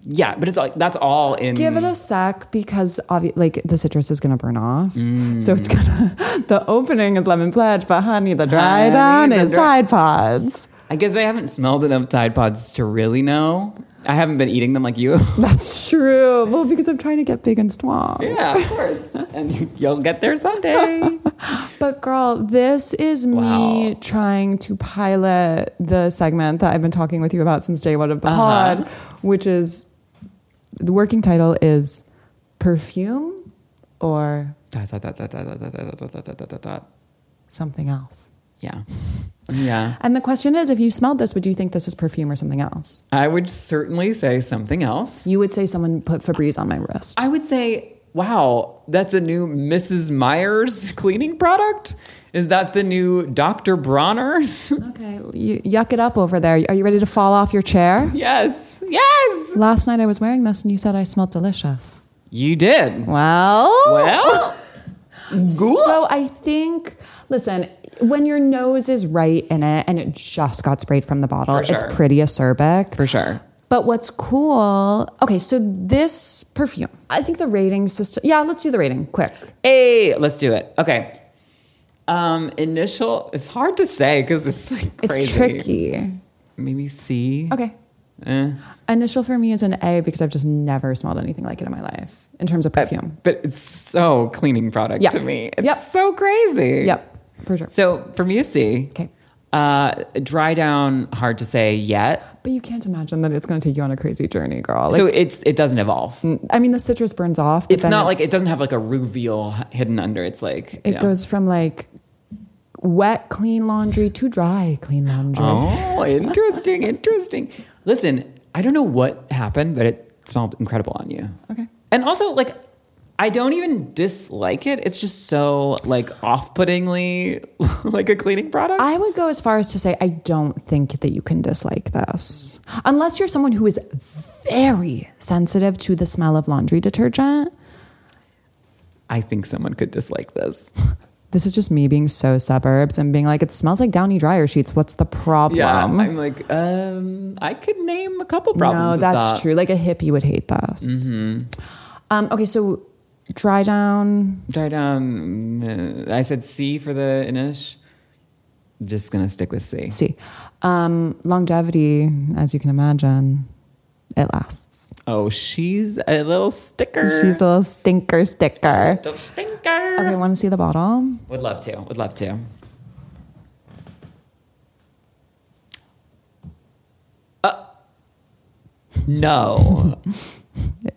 Speaker 1: Yeah, but it's like that's all in.
Speaker 2: Give it a sec because obvi- like the citrus is gonna burn off. So it's gonna the opening is lemon pledge, but honey, the dry
Speaker 1: Mm. Honey,
Speaker 2: down
Speaker 1: the
Speaker 2: is
Speaker 1: dry-
Speaker 2: Tide Pods.
Speaker 1: I guess I haven't smelled enough Tide Pods to really know. I haven't been eating them like you.
Speaker 2: That's true. Well, because I'm trying to get big and strong.
Speaker 1: yeah, of course. And you- you'll get there someday.
Speaker 2: But girl, this is
Speaker 1: Wow.
Speaker 2: me trying to pilot the segment that I've been talking with you about since day one of the
Speaker 1: Uh-huh.
Speaker 2: pod, which is the working title is perfume or
Speaker 1: Dot, dot, dot, dot, dot, dot, dot, dot, dot, dot, dot, dot, dot, dot.
Speaker 2: something else.
Speaker 1: Yeah. Yeah.
Speaker 3: And the question is if you smelled this, would you think this is perfume or something else?
Speaker 1: I would certainly say something else.
Speaker 2: You would say someone put Febreze on my wrist.
Speaker 1: I would say, wow, that's a new Mrs. Myers cleaning product? Is that the new Dr. Bronner's?
Speaker 2: Okay, you yuck it up over there. Are you ready to fall off your chair?
Speaker 1: yes. Yes.
Speaker 2: Last night I was wearing this and you said I smelled delicious.
Speaker 1: You did.
Speaker 2: Well,
Speaker 1: Well,
Speaker 2: So
Speaker 3: So I think, listen, when your nose is right in it and it just got sprayed from the bottle,
Speaker 1: For
Speaker 3: it's
Speaker 1: sure.
Speaker 3: pretty acerbic.
Speaker 1: for sure.
Speaker 3: But what's cool? Okay, so this perfume,
Speaker 2: I think the rating system. Yeah, let's do the rating quick.
Speaker 1: Hey, let's do it. Okay. Um, initial, it's hard to say because it's like
Speaker 2: It's
Speaker 1: crazy.
Speaker 2: tricky.
Speaker 1: Maybe C.
Speaker 2: Okay.
Speaker 1: Eh.
Speaker 3: initial for me is an A because I've just never smelled anything like it in my life in terms of
Speaker 1: Uh,
Speaker 3: perfume.
Speaker 1: But it's so cleaning product
Speaker 3: Yeah.
Speaker 1: to me. It's
Speaker 3: Yep.
Speaker 1: so crazy.
Speaker 3: yep, for sure.
Speaker 1: So for me, a C.
Speaker 3: Okay.
Speaker 1: Uh, dry down, hard to say yet.
Speaker 2: But you can't imagine that it's going to take you on a crazy journey, girl. Like,
Speaker 1: so it's it doesn't evolve.
Speaker 2: I mean, the citrus burns off. But
Speaker 1: It's
Speaker 2: then
Speaker 1: not like it
Speaker 2: it's-
Speaker 1: doesn't have like a reveal hidden under. It's like
Speaker 2: It
Speaker 1: yeah.
Speaker 2: goes from like wet, clean laundry to dry, clean laundry.
Speaker 1: Oh, interesting, interesting. Listen, I don't know what happened, but it smelled incredible on you.
Speaker 3: Okay.
Speaker 1: And also, like, I don't even dislike it. It's just so like off-puttingly like a cleaning product.
Speaker 2: I
Speaker 3: I would go as far as to say I don't think that you can dislike this. Unless you're someone who is very sensitive to the smell of laundry detergent.
Speaker 1: I think someone could dislike this.
Speaker 2: This is just me being so suburbs and being like, it smells like downy dryer sheets. What's the problem?
Speaker 1: Yeah, I'm like, um, I could name a couple problems.
Speaker 2: No,
Speaker 1: with
Speaker 2: that's
Speaker 1: that. Mm-hmm.
Speaker 2: true. Like a hippie would hate this. Um, okay, so dry down.
Speaker 1: Dry down. mm, I said C for the Inish. Just gonna stick with C.
Speaker 2: See, um, longevity, as you can imagine, it lasts.
Speaker 1: Oh, she's a little sticker.
Speaker 2: She's a little stinker sticker.
Speaker 1: little stinker.
Speaker 2: Okay, want to see the bottle?
Speaker 1: Would love to. Would love to. Uh, no.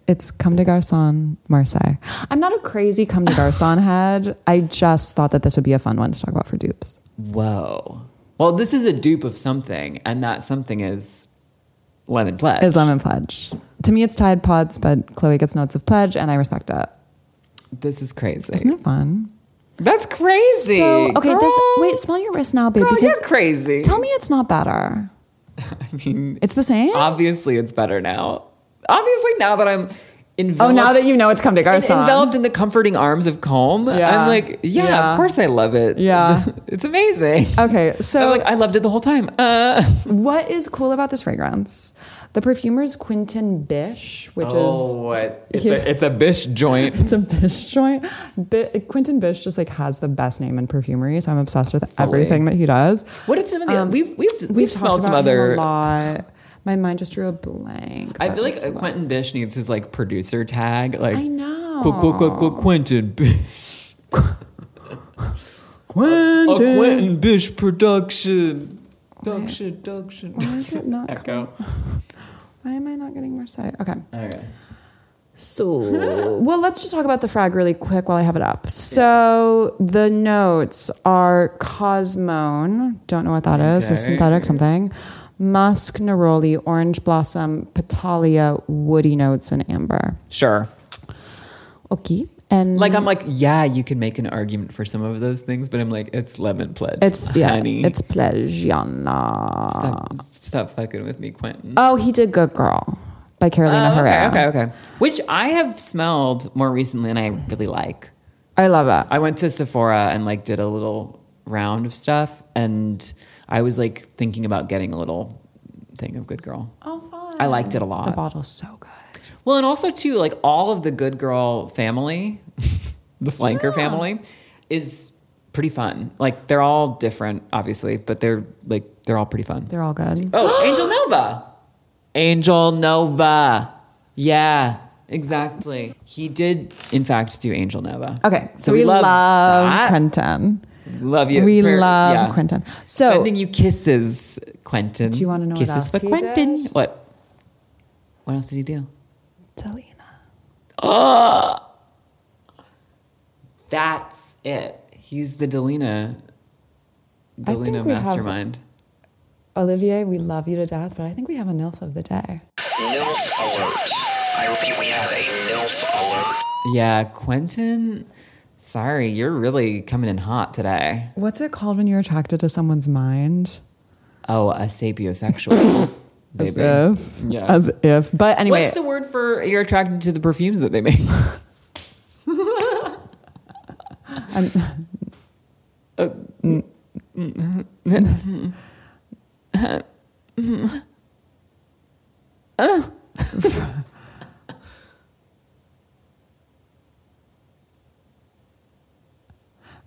Speaker 2: It's Comme des Garçons Marseille. I'm not a crazy Comme des Garçons head. I just thought that this would be a fun one to talk about for dupes.
Speaker 1: Whoa. Well, this is a dupe of something, and that something is lemon pledge.
Speaker 2: Is Lemon Pledge. To me, it's Tide Pods, but Chloe gets notes of Pledge, and I respect it.
Speaker 1: this is crazy.
Speaker 2: Isn't it fun?
Speaker 1: That's crazy.
Speaker 3: So okay, this
Speaker 1: girl.
Speaker 3: wait, smell your wrist now, babe.
Speaker 1: Girl,
Speaker 3: because
Speaker 1: you're crazy.
Speaker 3: tell me it's not better.
Speaker 1: I mean, uh,
Speaker 3: It's the same.
Speaker 1: obviously it's better now. Obviously now that I'm
Speaker 2: Oh,
Speaker 1: enveloped,
Speaker 2: now that you know it's Comme des
Speaker 1: en-
Speaker 2: Garçons.
Speaker 1: enveloped in the comforting arms of calm,
Speaker 2: Yeah.
Speaker 1: I'm like, yeah,
Speaker 2: Yeah.
Speaker 1: of course I love it.
Speaker 2: Yeah.
Speaker 1: it's amazing.
Speaker 2: Okay, so
Speaker 1: I'm Oh, like, I loved it the whole time. Uh,
Speaker 2: What is cool about this fragrance? The perfumer is Quintin Bish, which
Speaker 1: Oh, what?
Speaker 2: It's a-
Speaker 1: it's a bish joint.
Speaker 2: is it's a Bish joint. Bi- Quintin Bish just like has the best name in perfumery, so I'm obsessed with everything that he does.
Speaker 1: What is some of the? we've we've we've,
Speaker 2: Um, We've
Speaker 1: smelled
Speaker 2: talked
Speaker 1: some
Speaker 2: about him
Speaker 1: other.
Speaker 2: a lot. My mind just drew a blank.
Speaker 1: I
Speaker 2: but
Speaker 1: feel like
Speaker 2: it's-
Speaker 1: Quentin Bish needs his like producer tag. Like
Speaker 3: I know.
Speaker 1: Qu- qu- qu- qu- Quentin Bish. Quentin. A Quentin Bish production. Production, production.
Speaker 2: Why is it not
Speaker 1: Echo.
Speaker 2: why am I not getting Marseille? Okay.
Speaker 1: Okay.
Speaker 2: So
Speaker 3: Well, let's just talk about the frag really quick while I have it up. So the notes are cosmone, don't know what that is, a
Speaker 1: Okay.
Speaker 3: synthetic something, musk, neroli, orange blossom, petalia, woody notes, and amber.
Speaker 1: Sure.
Speaker 3: Okay, and
Speaker 1: Like I'm like, yeah, you can make an argument for some of those things, but I'm like, it's lemon pledge.
Speaker 3: it's yeah,
Speaker 1: honey.
Speaker 3: it's plegiana.
Speaker 1: stop, stop fucking with me, Quentin.
Speaker 3: Oh, he did Good Girl by Carolina
Speaker 1: Oh, okay,
Speaker 3: Herrera.
Speaker 1: okay, okay. Which I have smelled more recently, and I really like.
Speaker 3: I love it.
Speaker 1: I went to Sephora and like did a little round of stuff, and I was like thinking about getting a little thing of Good Girl.
Speaker 3: Oh, fun.
Speaker 1: I liked it a
Speaker 2: the
Speaker 1: lot.
Speaker 2: bottle's so good.
Speaker 1: Well, and also too, like all of the Good Girl family, the flanker family, is pretty fun. Like they're all different, obviously, but they're like they're all pretty fun.
Speaker 2: They're all good.
Speaker 1: Oh, Angel Nova. Angel Nova. Yeah, exactly. He did, in fact, do Angel Nova.
Speaker 2: Okay, so, we, love,
Speaker 1: that.
Speaker 2: Quentin.
Speaker 1: Love you.
Speaker 2: We
Speaker 1: Prayer-
Speaker 2: love
Speaker 1: yeah.
Speaker 2: Quentin. So
Speaker 1: Sending you kisses, Quentin.
Speaker 2: Do you wanna know what
Speaker 1: kisses
Speaker 2: else
Speaker 1: for
Speaker 2: he
Speaker 1: Quentin?
Speaker 2: did?
Speaker 1: What? What else did he do?
Speaker 2: Selena.
Speaker 1: That's it. He's the Delina.
Speaker 2: I think
Speaker 1: Delina
Speaker 2: we have-
Speaker 1: mastermind.
Speaker 2: Olivier, we love you to death, but I think we have a NILF of the day.
Speaker 5: NILF alert. I repeat, we have a NILF alert.
Speaker 1: Yeah, Quentin. Sorry, you're really coming in hot today.
Speaker 2: What's it called when you're attracted to someone's mind?
Speaker 1: Oh, a sapiosexual.
Speaker 2: As
Speaker 1: baby.
Speaker 2: if.
Speaker 1: Yeah.
Speaker 2: As if. But anyway.
Speaker 1: What's the word for you're attracted to the perfumes that they make? uh,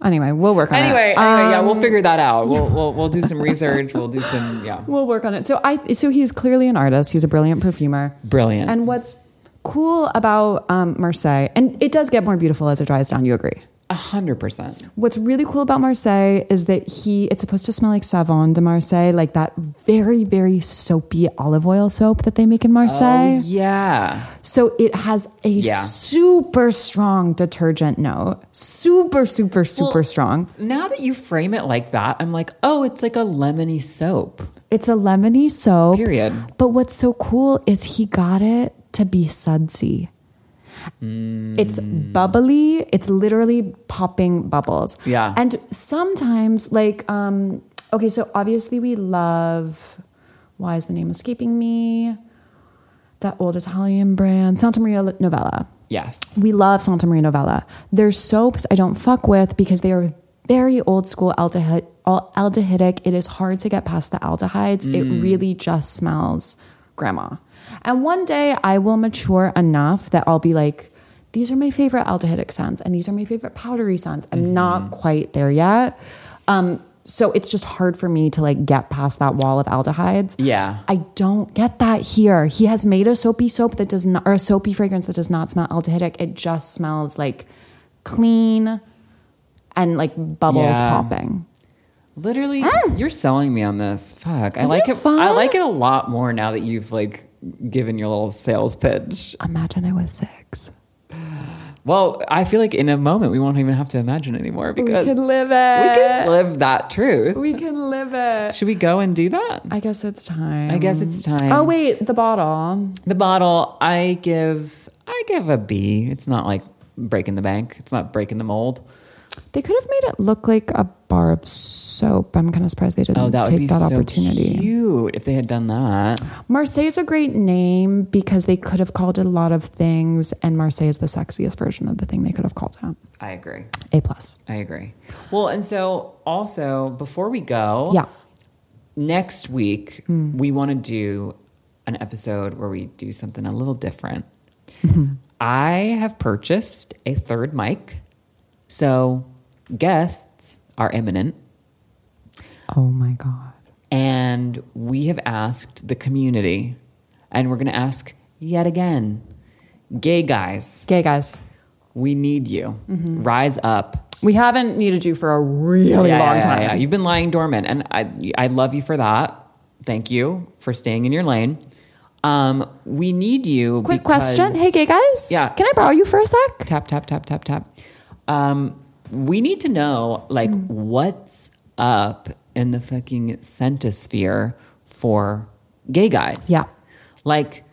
Speaker 2: anyway, we'll work on it.
Speaker 1: anyway, anyway, yeah,
Speaker 2: Um,
Speaker 1: we'll figure that out. We'll, we'll we'll do some research. We'll do some yeah.
Speaker 2: We'll work on it. So I so he's clearly an artist. He's a brilliant perfumer.
Speaker 1: Brilliant.
Speaker 2: And what's cool about um, Marseille, and it does get more beautiful as it dries down. You agree?
Speaker 1: A hundred percent.
Speaker 2: What's really cool about Marseille is that he it's supposed to smell like Savon de Marseille, like that very very soapy olive oil soap that they make in Marseille.
Speaker 1: Oh yeah.
Speaker 2: So it has a
Speaker 1: Yeah.
Speaker 2: super strong detergent note. Super super super
Speaker 1: Well-
Speaker 2: strong.
Speaker 1: Now that you frame it like that, I'm like, oh, it's like a lemony soap.
Speaker 2: It's a lemony soap.
Speaker 1: Period.
Speaker 2: But what's so cool is he got it to be sudsy.
Speaker 1: Mm.
Speaker 2: It's bubbly. It's literally popping bubbles.
Speaker 1: Yeah.
Speaker 2: And sometimes, like, um, okay, so obviously we love. Why is the name escaping me? That old Italian brand, Santa Maria Novella.
Speaker 1: Yes.
Speaker 2: We love Santa Maria Novella. Their soaps I don't fuck with because they are very old school aldehyde, al- aldehydic. It is hard to get past the aldehydes. It really just smells grandma. And one day I will mature enough that I'll be like, these are my favorite aldehydic scents and these are my favorite powdery scents. I'm not quite there yet. Um, so it's just hard for me to like get past that wall of aldehydes.
Speaker 1: Yeah.
Speaker 2: I don't get that here. He has made a soapy soap that does not, or a soapy fragrance that does not smell aldehydic. It just smells like clean and like bubbles
Speaker 1: Yeah.
Speaker 2: popping.
Speaker 1: Literally, you're selling me on this. Fuck. I
Speaker 2: Isn't
Speaker 1: like
Speaker 2: it
Speaker 1: Mm. it.
Speaker 2: fun?
Speaker 1: I like it a lot more now that you've like given your little sales pitch.
Speaker 2: Imagine I was six.
Speaker 1: Well, I feel like in a moment we won't even have to imagine anymore because
Speaker 2: live
Speaker 1: we can live that truth.
Speaker 2: We can live it.
Speaker 1: Should we go and do that?
Speaker 2: I guess it's time.
Speaker 1: I guess it's time.
Speaker 2: Oh wait, the bottle.
Speaker 1: The bottle, I give, I give a B. It's not like breaking the bank. It's not breaking the mold.
Speaker 3: They could have made it look like a bar of soap. I'm kind of surprised they didn't
Speaker 1: Oh, that would be
Speaker 3: take that
Speaker 1: so
Speaker 3: opportunity.
Speaker 1: cute if they had done that.
Speaker 3: Marseille is a great name because they could have called it a lot of things, and Marseille is the sexiest version of the thing they could have called it.
Speaker 1: I agree.
Speaker 3: A plus.
Speaker 1: I agree. Well, and so also before we go,
Speaker 3: Yeah.
Speaker 1: next week we want to do an episode where we do something a little different. I have purchased a third mic, so guests are imminent.
Speaker 3: Oh my god.
Speaker 1: And we have asked the community, and we're going to ask yet again gay guys,
Speaker 2: Gay guys,
Speaker 1: we need you. Rise up.
Speaker 2: we haven't needed you for a really
Speaker 1: Yeah,
Speaker 2: long
Speaker 1: yeah,
Speaker 2: time.
Speaker 1: yeah, yeah. You've been lying dormant, and I, I love you for that. Thank you for staying in your lane. Um, we need you.
Speaker 3: Quick
Speaker 1: because-
Speaker 3: question. Hey, gay guys.
Speaker 1: Yeah.
Speaker 3: Can I borrow you for a sec?
Speaker 1: Tap, tap, tap, tap, tap. Um, we need to know, like,
Speaker 3: Mm.
Speaker 1: what's up in the fucking centisphere for gay guys?
Speaker 3: Yeah.
Speaker 1: Like,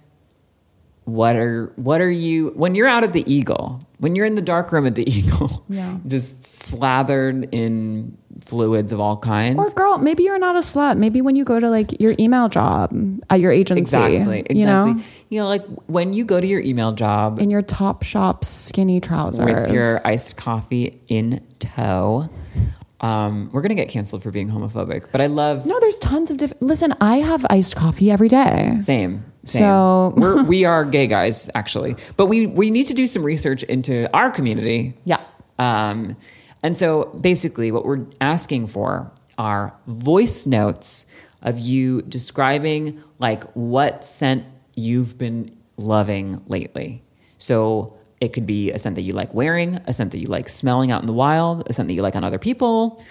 Speaker 1: what are what are you when you're out at the eagle when you're in the dark room at the eagle
Speaker 3: Yeah.
Speaker 1: just slathered in fluids of all kinds
Speaker 3: Or girl, maybe you're not a slut. Maybe when you go to like your email job at your agency,
Speaker 1: exactly exactly
Speaker 3: you know,
Speaker 1: You know, like when you go to your email job
Speaker 3: in your top shop skinny trousers,
Speaker 1: with your iced coffee in tow. Um, we're gonna get canceled for being homophobic, but I love
Speaker 3: no, there's tons of different. Listen, I have iced coffee every day.
Speaker 1: same. same.
Speaker 3: So-
Speaker 1: we're, we are gay guys, actually, but we we need to do some research into our community.
Speaker 3: Yeah.
Speaker 1: Um, And so basically, what we're asking for are voice notes of you describing like what scent you've been loving lately. So it could be a scent that you like wearing, a scent that you like smelling out in the wild, a scent that you like on other people,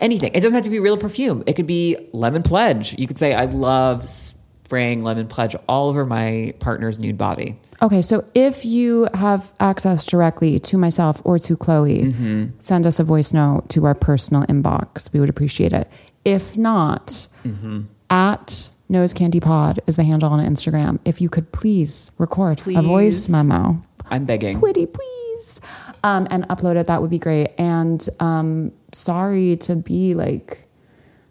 Speaker 1: anything. It doesn't have to be real perfume. It could be lemon pledge. You could say, I love spraying lemon pledge all over my partner's nude body.
Speaker 2: Okay, so if you have access directly to myself or to Chloe,
Speaker 1: Mm-hmm.
Speaker 2: send us a voice note to our personal inbox. We would appreciate it. If not,
Speaker 1: Mm-hmm.
Speaker 2: at Nose Candy Pod is the handle on Instagram. If you could please record a voice
Speaker 1: Please.
Speaker 2: memo,
Speaker 1: I'm begging.
Speaker 2: pretty please, um, and upload it, that would be great. And um, sorry to be like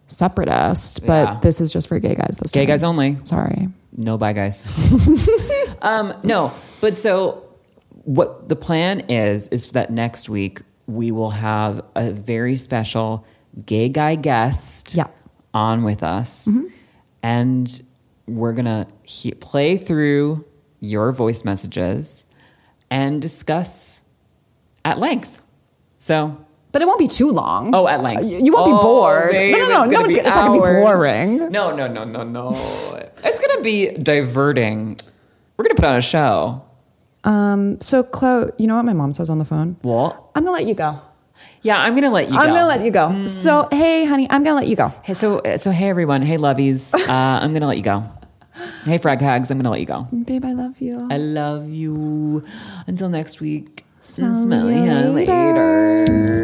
Speaker 2: separatist, but
Speaker 1: Yeah.
Speaker 2: this is just for gay guys this
Speaker 1: Gay
Speaker 2: time.
Speaker 1: guys only.
Speaker 2: Sorry.
Speaker 1: No, bye, guys. um, no, but so what the plan is is that next week we will have a very special gay guy guest
Speaker 2: Yeah.
Speaker 1: on with us,
Speaker 6: Mm-hmm.
Speaker 1: and we're gonna he- play through your voice messages and discuss at length. So,
Speaker 6: But it won't be too long.
Speaker 1: oh, at length.
Speaker 6: You- you won't be
Speaker 1: Oh,
Speaker 6: bored. No,
Speaker 1: babe,
Speaker 6: no, no, no,
Speaker 1: gonna
Speaker 6: it's-
Speaker 1: be
Speaker 6: it's not gonna be
Speaker 1: hours.
Speaker 6: boring.
Speaker 1: No, no, no, no, no. it's gonna be diverting. We're gonna put on a show.
Speaker 6: Um,
Speaker 2: So, Chloe, you know what my mom says on the phone?
Speaker 1: What?
Speaker 6: I'm gonna let you go.
Speaker 1: Yeah, Mm. I'm gonna let you.
Speaker 6: I'm
Speaker 1: go.
Speaker 6: gonna let you go.
Speaker 2: So, hey, honey, I'm going to let you go.
Speaker 1: Hey, so so hey everyone. Hey lovies. Uh, I'm gonna let you go. Hey frag hags. I'm gonna let you go.
Speaker 2: Babe, I love you.
Speaker 1: I love you. Until next week. Smell,
Speaker 2: you
Speaker 1: ya later.